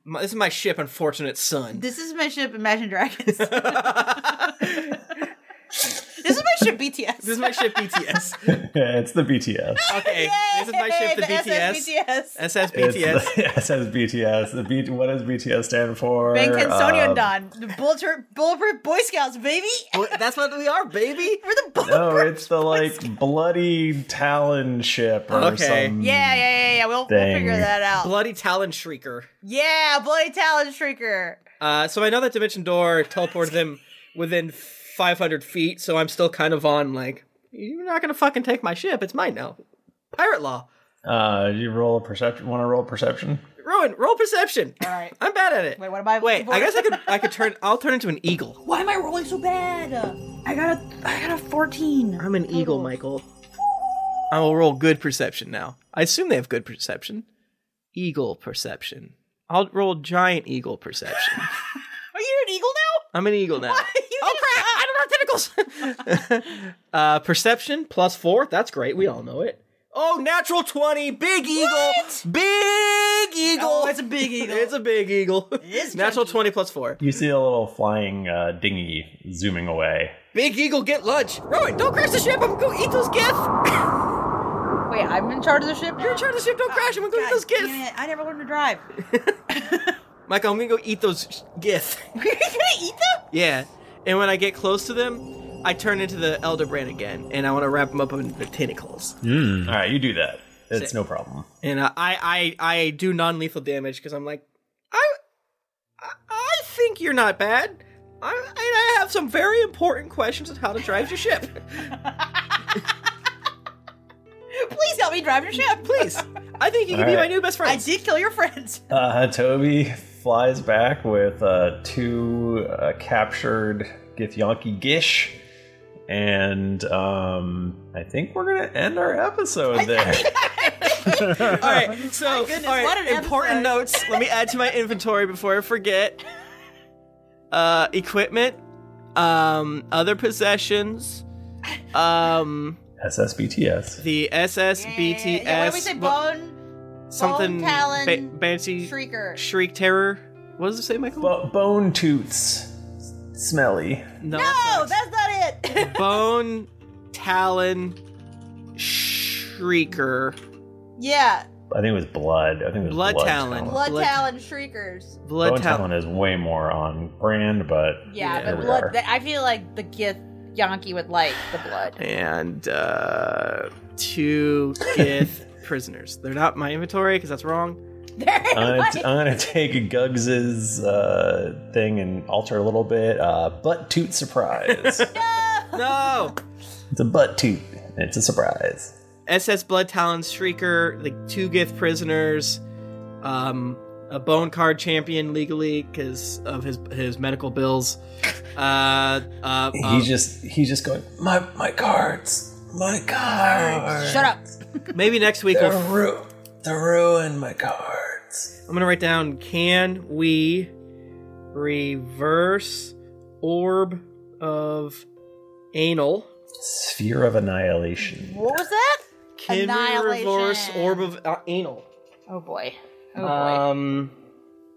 [SPEAKER 4] my- this is my ship, Unfortunate Son.
[SPEAKER 2] (laughs) This is my ship, Imagine
[SPEAKER 4] (laughs)
[SPEAKER 2] Dragons. this is my ship, BTS. This
[SPEAKER 4] is my ship,
[SPEAKER 2] (laughs)
[SPEAKER 4] BTS.
[SPEAKER 1] (laughs) it's the BTS.
[SPEAKER 2] Oh,
[SPEAKER 4] Okay, this is my ship, the, BTS. SS
[SPEAKER 1] It's
[SPEAKER 4] BTS.
[SPEAKER 1] the- (laughs) It says BTS. The B, what does BTS stand for?
[SPEAKER 2] Bang
[SPEAKER 1] Um,
[SPEAKER 2] Sonian Don. The Bulletproof, Bulletproof Boy
[SPEAKER 4] (laughs)
[SPEAKER 2] Scouts, baby.
[SPEAKER 4] That's what we are, baby.
[SPEAKER 2] (laughs) We're the Bulletproof.
[SPEAKER 1] No, it's the like bloody Talon ship or
[SPEAKER 4] Okay.
[SPEAKER 1] some.
[SPEAKER 2] Yeah, yeah, yeah, yeah. We'll, we'll
[SPEAKER 1] Dang.
[SPEAKER 2] figure that out.
[SPEAKER 4] Bloody Talon Shrieker.
[SPEAKER 2] yeah, Bloody Talon Shrieker.
[SPEAKER 4] Uh, so I know that Dimension Door teleported them within 500 feet, so I'm still kind of on, like, you're not gonna fucking take my ship. It's mine now. Pirate law.
[SPEAKER 1] Uh, do you roll a perception? Want to roll perception?
[SPEAKER 4] Ruin. Roll perception. All
[SPEAKER 2] right.
[SPEAKER 4] I'm bad at it.
[SPEAKER 2] Wait, what am I?
[SPEAKER 4] Wait, I guess I could. I could turn. I'll turn into an eagle.
[SPEAKER 2] Why am I rolling so bad? I got a, I got a fourteen. Oh.
[SPEAKER 4] I'm an eagle, Michael. I will roll good perception now. I assume they have good perception. Eagle perception. I'll roll giant eagle perception.
[SPEAKER 2] Are you an eagle now?
[SPEAKER 4] I'm an eagle now.
[SPEAKER 2] oh crap!
[SPEAKER 4] I don't have tentacles. (laughs) Uh, perception plus four. That's great. We all know it. Oh, natural 20. Big eagle. Big eagle.
[SPEAKER 2] Oh, it's a big eagle.
[SPEAKER 4] it's a big eagle. natural 20 plus four.
[SPEAKER 1] You see a little flying uh, dinghy zooming away.
[SPEAKER 4] Big eagle, get lunch. Rowan, don't crash the ship. I'm gonna go eat those gifts. (coughs)
[SPEAKER 2] Wait, I'm in charge of the ship. You're in
[SPEAKER 4] charge of the ship. Don't crash. I'm gonna go eat those gifts.
[SPEAKER 2] I never learned to drive.
[SPEAKER 4] Michael, I'm gonna go eat those (laughs) gifts.
[SPEAKER 2] You're gonna eat them?
[SPEAKER 4] Yeah. And when I get close to them, I turn into the elder brand again, and I want to wrap them up in the tentacles.
[SPEAKER 1] All right, you do that. It's
[SPEAKER 4] Sick.
[SPEAKER 1] no problem.
[SPEAKER 4] And uh, I, I, I do non-lethal damage because I'm like, I, I- I think you're not bad. I, and I have some very important questions on how to drive your ship.
[SPEAKER 2] (laughs) Please help me drive your ship,
[SPEAKER 4] please. I think
[SPEAKER 1] you can be Alright. my
[SPEAKER 4] new best friend.
[SPEAKER 2] I did kill your friends. (laughs)
[SPEAKER 1] Uh, Toby flies back with uh, two uh, captured Githyanki Gish, and um, I think we're gonna end our episode there. (laughs)
[SPEAKER 4] all right, so all right,
[SPEAKER 2] what an
[SPEAKER 4] important
[SPEAKER 2] episode.
[SPEAKER 4] notes. Let me add to my inventory before I forget. Uh, equipment, um, other possessions, um,
[SPEAKER 1] SSBTS.
[SPEAKER 4] the SSBTS.
[SPEAKER 2] yeah, what did we say?
[SPEAKER 4] what-
[SPEAKER 2] Bone,
[SPEAKER 4] something
[SPEAKER 2] Bone Talon
[SPEAKER 4] ba- Banshee
[SPEAKER 2] Shrieker.
[SPEAKER 4] Shriek Terror. What does it say, Michael?
[SPEAKER 1] bone Toots. Smelly.
[SPEAKER 4] no,
[SPEAKER 2] No, that's not it.
[SPEAKER 4] Bone Talon Shrieker.
[SPEAKER 2] yeah,
[SPEAKER 1] I think it was blood. I think it was
[SPEAKER 4] Blood
[SPEAKER 1] blood,
[SPEAKER 4] Talon.
[SPEAKER 2] Blood,
[SPEAKER 4] Blood-
[SPEAKER 2] Talon Shriekers.
[SPEAKER 4] Blood
[SPEAKER 1] Bone
[SPEAKER 4] Talon.
[SPEAKER 1] Talon is way more on brand, but
[SPEAKER 2] Yeah,
[SPEAKER 1] here
[SPEAKER 2] but
[SPEAKER 1] we
[SPEAKER 2] blood.
[SPEAKER 1] are.
[SPEAKER 2] That, I feel like the Gith Yankee would like the blood.
[SPEAKER 4] and uh, two
[SPEAKER 1] (laughs)
[SPEAKER 4] Gith prisoners. They're not my inventory because that's wrong.
[SPEAKER 1] (laughs)
[SPEAKER 2] (laughs)
[SPEAKER 1] I'm gonna, I'm gonna take Gugs's uh, thing and alter a little bit. Uh, butt toot surprise.
[SPEAKER 2] (laughs)
[SPEAKER 4] No!
[SPEAKER 1] it's a butt toot. It's a surprise.
[SPEAKER 4] SS Blood Talon Shrieker, the two Gith prisoners, um, a Bone Card champion legally because of his his medical bills. Uh, uh,
[SPEAKER 1] He
[SPEAKER 4] um,
[SPEAKER 1] just he's just going my my cards, my cards.
[SPEAKER 2] Shut up.
[SPEAKER 1] (laughs)
[SPEAKER 4] Maybe next week
[SPEAKER 1] They're,
[SPEAKER 4] we'll
[SPEAKER 1] ru- they're ruined my cards.
[SPEAKER 4] I'm gonna write down: Can we reverse orb of anal?
[SPEAKER 1] Sphere of annihilation.
[SPEAKER 2] What was that?
[SPEAKER 4] Can we
[SPEAKER 2] Annihilation.
[SPEAKER 4] reverse orb of uh, anal?
[SPEAKER 2] Oh boy. Oh boy.
[SPEAKER 4] um,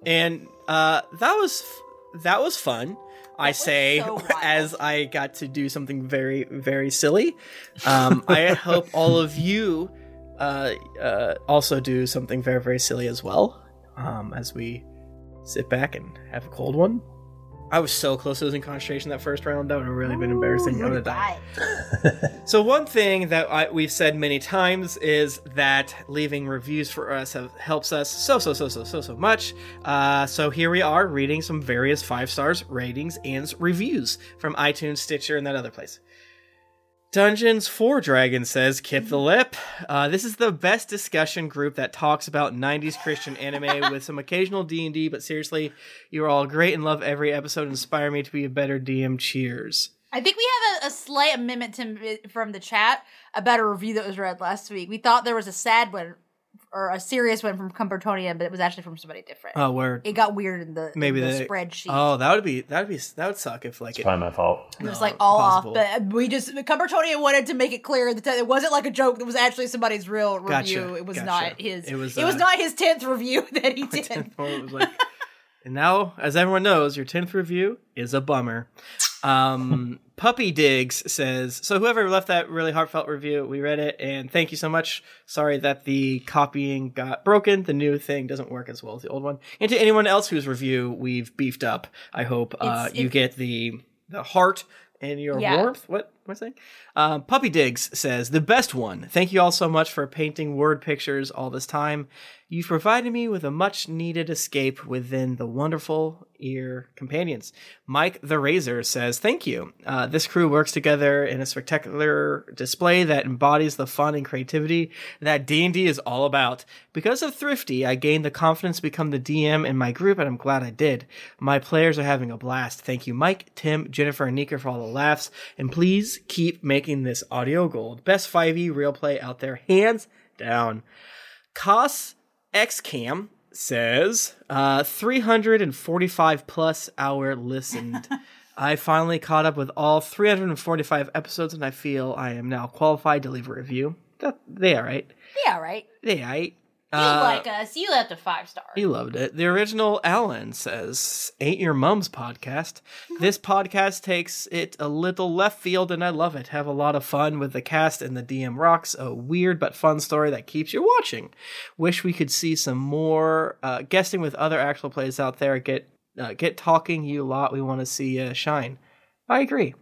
[SPEAKER 4] and uh, that was f- that was fun. I say (laughs) as I got to do something very, very silly. Um, I hope all of you uh, uh, also do something very, very silly as well um, as we sit back and have a cold one. I was so close to losing concentration that first round. That would have really been embarrassing. I would have died. (laughs) so one thing that I, we've said many times is that leaving reviews for us have, helps us so so so so so so much. Uh, so here we are reading some various five stars ratings and reviews from iTunes, Stitcher, and that other place. Dungeons for Dragons says, "Kip the lip. Uh, this is the best discussion group that talks about '90s Christian
[SPEAKER 2] (laughs)
[SPEAKER 4] anime with some occasional D and D. But seriously, you are all great and love every episode. Inspire me to be a better DM. Cheers."
[SPEAKER 2] I think we have a, a slight amendment to, from the chat about a review that was read last week. We thought there was a sad one or a serious one from Cumbertonian, but it was actually from somebody different.
[SPEAKER 4] Oh, word.
[SPEAKER 2] It got weird in the
[SPEAKER 4] Maybe
[SPEAKER 2] maybe the
[SPEAKER 4] they-
[SPEAKER 2] spreadsheet.
[SPEAKER 4] Oh, that would be that would be that would suck if like
[SPEAKER 1] It's probably my fault.
[SPEAKER 2] it was like all
[SPEAKER 4] possible.
[SPEAKER 2] off, but we just Cumbertonian wanted to make it clear that it wasn't like a joke. It was actually somebody's real
[SPEAKER 4] Gotcha,
[SPEAKER 2] review. it was
[SPEAKER 4] gotcha.
[SPEAKER 2] not his.
[SPEAKER 4] It
[SPEAKER 2] It
[SPEAKER 4] was,
[SPEAKER 2] was.
[SPEAKER 4] uh,
[SPEAKER 2] not his tenth review (laughs) that
[SPEAKER 4] (laughs)
[SPEAKER 2] he did.
[SPEAKER 4] And now, as everyone knows, your 10th review is a bummer.
[SPEAKER 2] (laughs)
[SPEAKER 4] Um, Puppy Diggs says So, whoever left that really heartfelt review, we read it, and thank you so much. Sorry that the copying got broken. The new thing doesn't work as well as the old one. And to anyone else whose review we've beefed up, I hope uh,
[SPEAKER 2] It's-
[SPEAKER 4] you
[SPEAKER 2] it-
[SPEAKER 4] get the the heart and your
[SPEAKER 2] Yeah.
[SPEAKER 4] warmth. What am I saying? Um, Puppy Diggs says, The best one. Thank you all so much for painting word pictures all this time. You've provided me with a much needed escape within the wonderful ear companions. Mike the Razor says, Thank you. Uh, this crew works together in a spectacular display that embodies the fun and creativity that D&D is all about. Because of Thrifty, I gained the confidence to become the DM in my group, and I'm glad I did. My players are having a blast. Thank you, Mike, Tim, Jennifer, and Nika for all the laughs. And please keep making this audio gold. Best 5e real play out there, hands down. Cos Xcam says uh, 345 plus hour
[SPEAKER 2] (laughs)
[SPEAKER 4] listened. I finally caught up with all 345 episodes, and I feel I am now qualified to leave a review. That, they are right.
[SPEAKER 2] yeah, right.
[SPEAKER 4] They are right.
[SPEAKER 2] You
[SPEAKER 4] Uh,
[SPEAKER 2] like us? You left a five star.
[SPEAKER 4] He loved it. The original Alan says, Ain't Your Mum's podcast. This podcast takes it a little left field, and I love it. Have a lot of fun with the cast and the DM rocks. A weird but fun story that keeps you watching. Wish we could see some more uh, guesting with other actual plays out there. Get uh, get talking, you lot. We want to see uh, shine. I agree.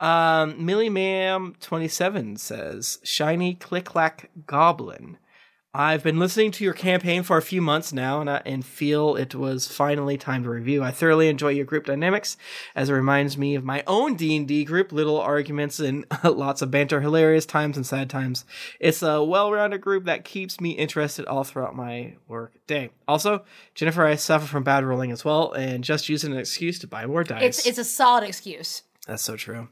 [SPEAKER 4] Um, Millie Ma'am 27 says, Shiny Click Clack Goblin. I've been listening to your campaign for a few months now and, I, and feel it was finally time to review. I thoroughly enjoy your group dynamics as it reminds me of my own D&D group, little arguments and (laughs) lots of banter, hilarious times and sad times. It's a well-rounded group that keeps me interested all throughout my work day. Also, Jennifer, I suffer from bad rolling as well and just using an excuse to buy more dice.
[SPEAKER 2] It's it's a solid excuse.
[SPEAKER 4] That's so true.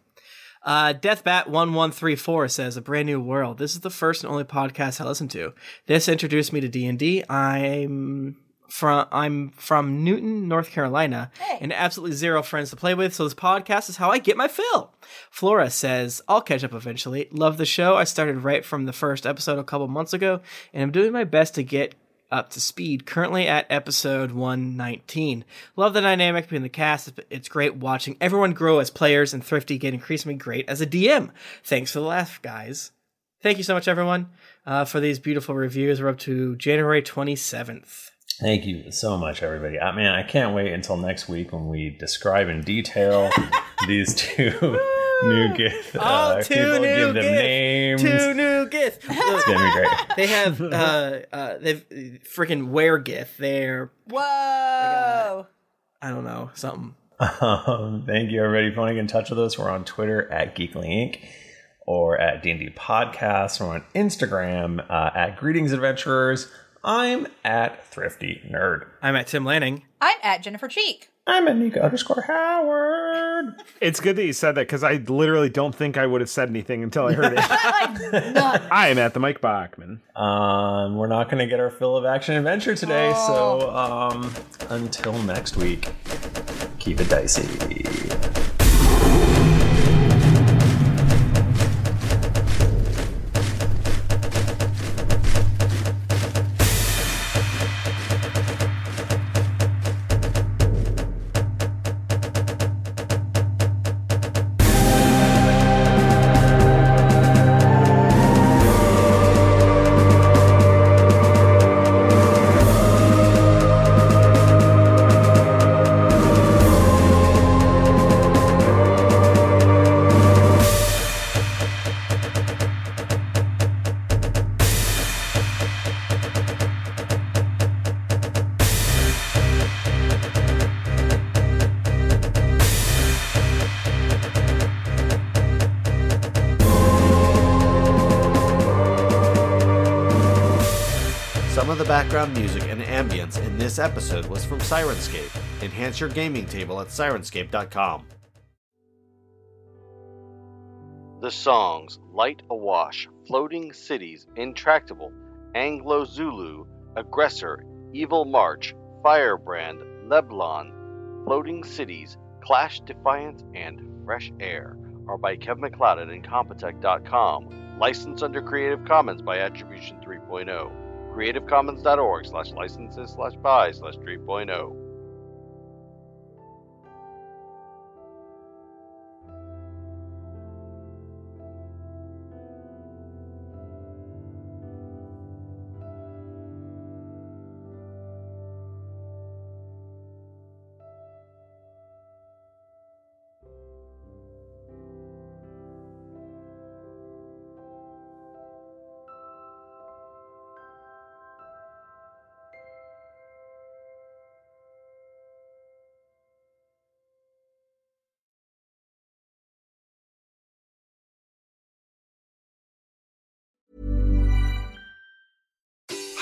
[SPEAKER 4] Uh, Deathbat1134 says, A Brand New World. This is the first and only podcast I listen to. This introduced me to D&D. I'm from I'm from Newton, North Carolina, and absolutely zero friends to play with, so this podcast is how I get my fill. Flora says, I'll catch up eventually. Love the show. I started right from the first episode a couple months ago, and I'm doing my best to get up to speed, currently at episode 119. Love the dynamic between the cast. It's great watching everyone grow as players and Thrifty get increasingly great as a DM. Thanks for the laugh, guys. Thank you so much, everyone, uh, for these beautiful reviews. We're up to January 27th.
[SPEAKER 1] Thank you so much, everybody. I mean, I can't wait until next week when we describe
[SPEAKER 4] (laughs)
[SPEAKER 1] in detail these two new gift uh,
[SPEAKER 4] two
[SPEAKER 1] people,
[SPEAKER 4] new
[SPEAKER 1] give them
[SPEAKER 4] gift.
[SPEAKER 1] names.
[SPEAKER 4] Two new gif.
[SPEAKER 1] It's gonna be
[SPEAKER 4] (laughs)
[SPEAKER 1] great.
[SPEAKER 4] they have uh, uh, they've uh, freaking wear gif. They're
[SPEAKER 2] Whoa!
[SPEAKER 4] I don't know something.
[SPEAKER 1] Um, thank you, everybody, for wanting to get in touch with us. We're on Twitter at Geekly Inc. or at D&D Podcast. We're on Instagram uh, at Greetings Adventurers. I'm at Thrifty Nerd.
[SPEAKER 4] I'm at Tim Lanning.
[SPEAKER 2] I'm at Jennifer Cheek.
[SPEAKER 1] I'm at Nika underscore Howard.
[SPEAKER 6] It's good that you said that because I literally don't think I would have said anything until I heard it. I am at the Mike Bachman.
[SPEAKER 1] Um, we're not going to get our fill of action adventure today, so
[SPEAKER 4] Oh.
[SPEAKER 1] um, until next week, keep it dicey.
[SPEAKER 10] the background music and ambience in this episode was from Sirenscape. Enhance your gaming table at sirenscape.com. The songs Light Awash, Floating Cities, Intractable, Anglo Zulu, Aggressor, Evil March, Firebrand, Leblon, Floating Cities, Clash Defiance, and Fresh Air are by Kevin McLeod at Incompetech.com. Licensed under Creative Commons by Attribution oh. 3.0. CreativeCommons.org slash licenses slash buy slash oh. 3.0.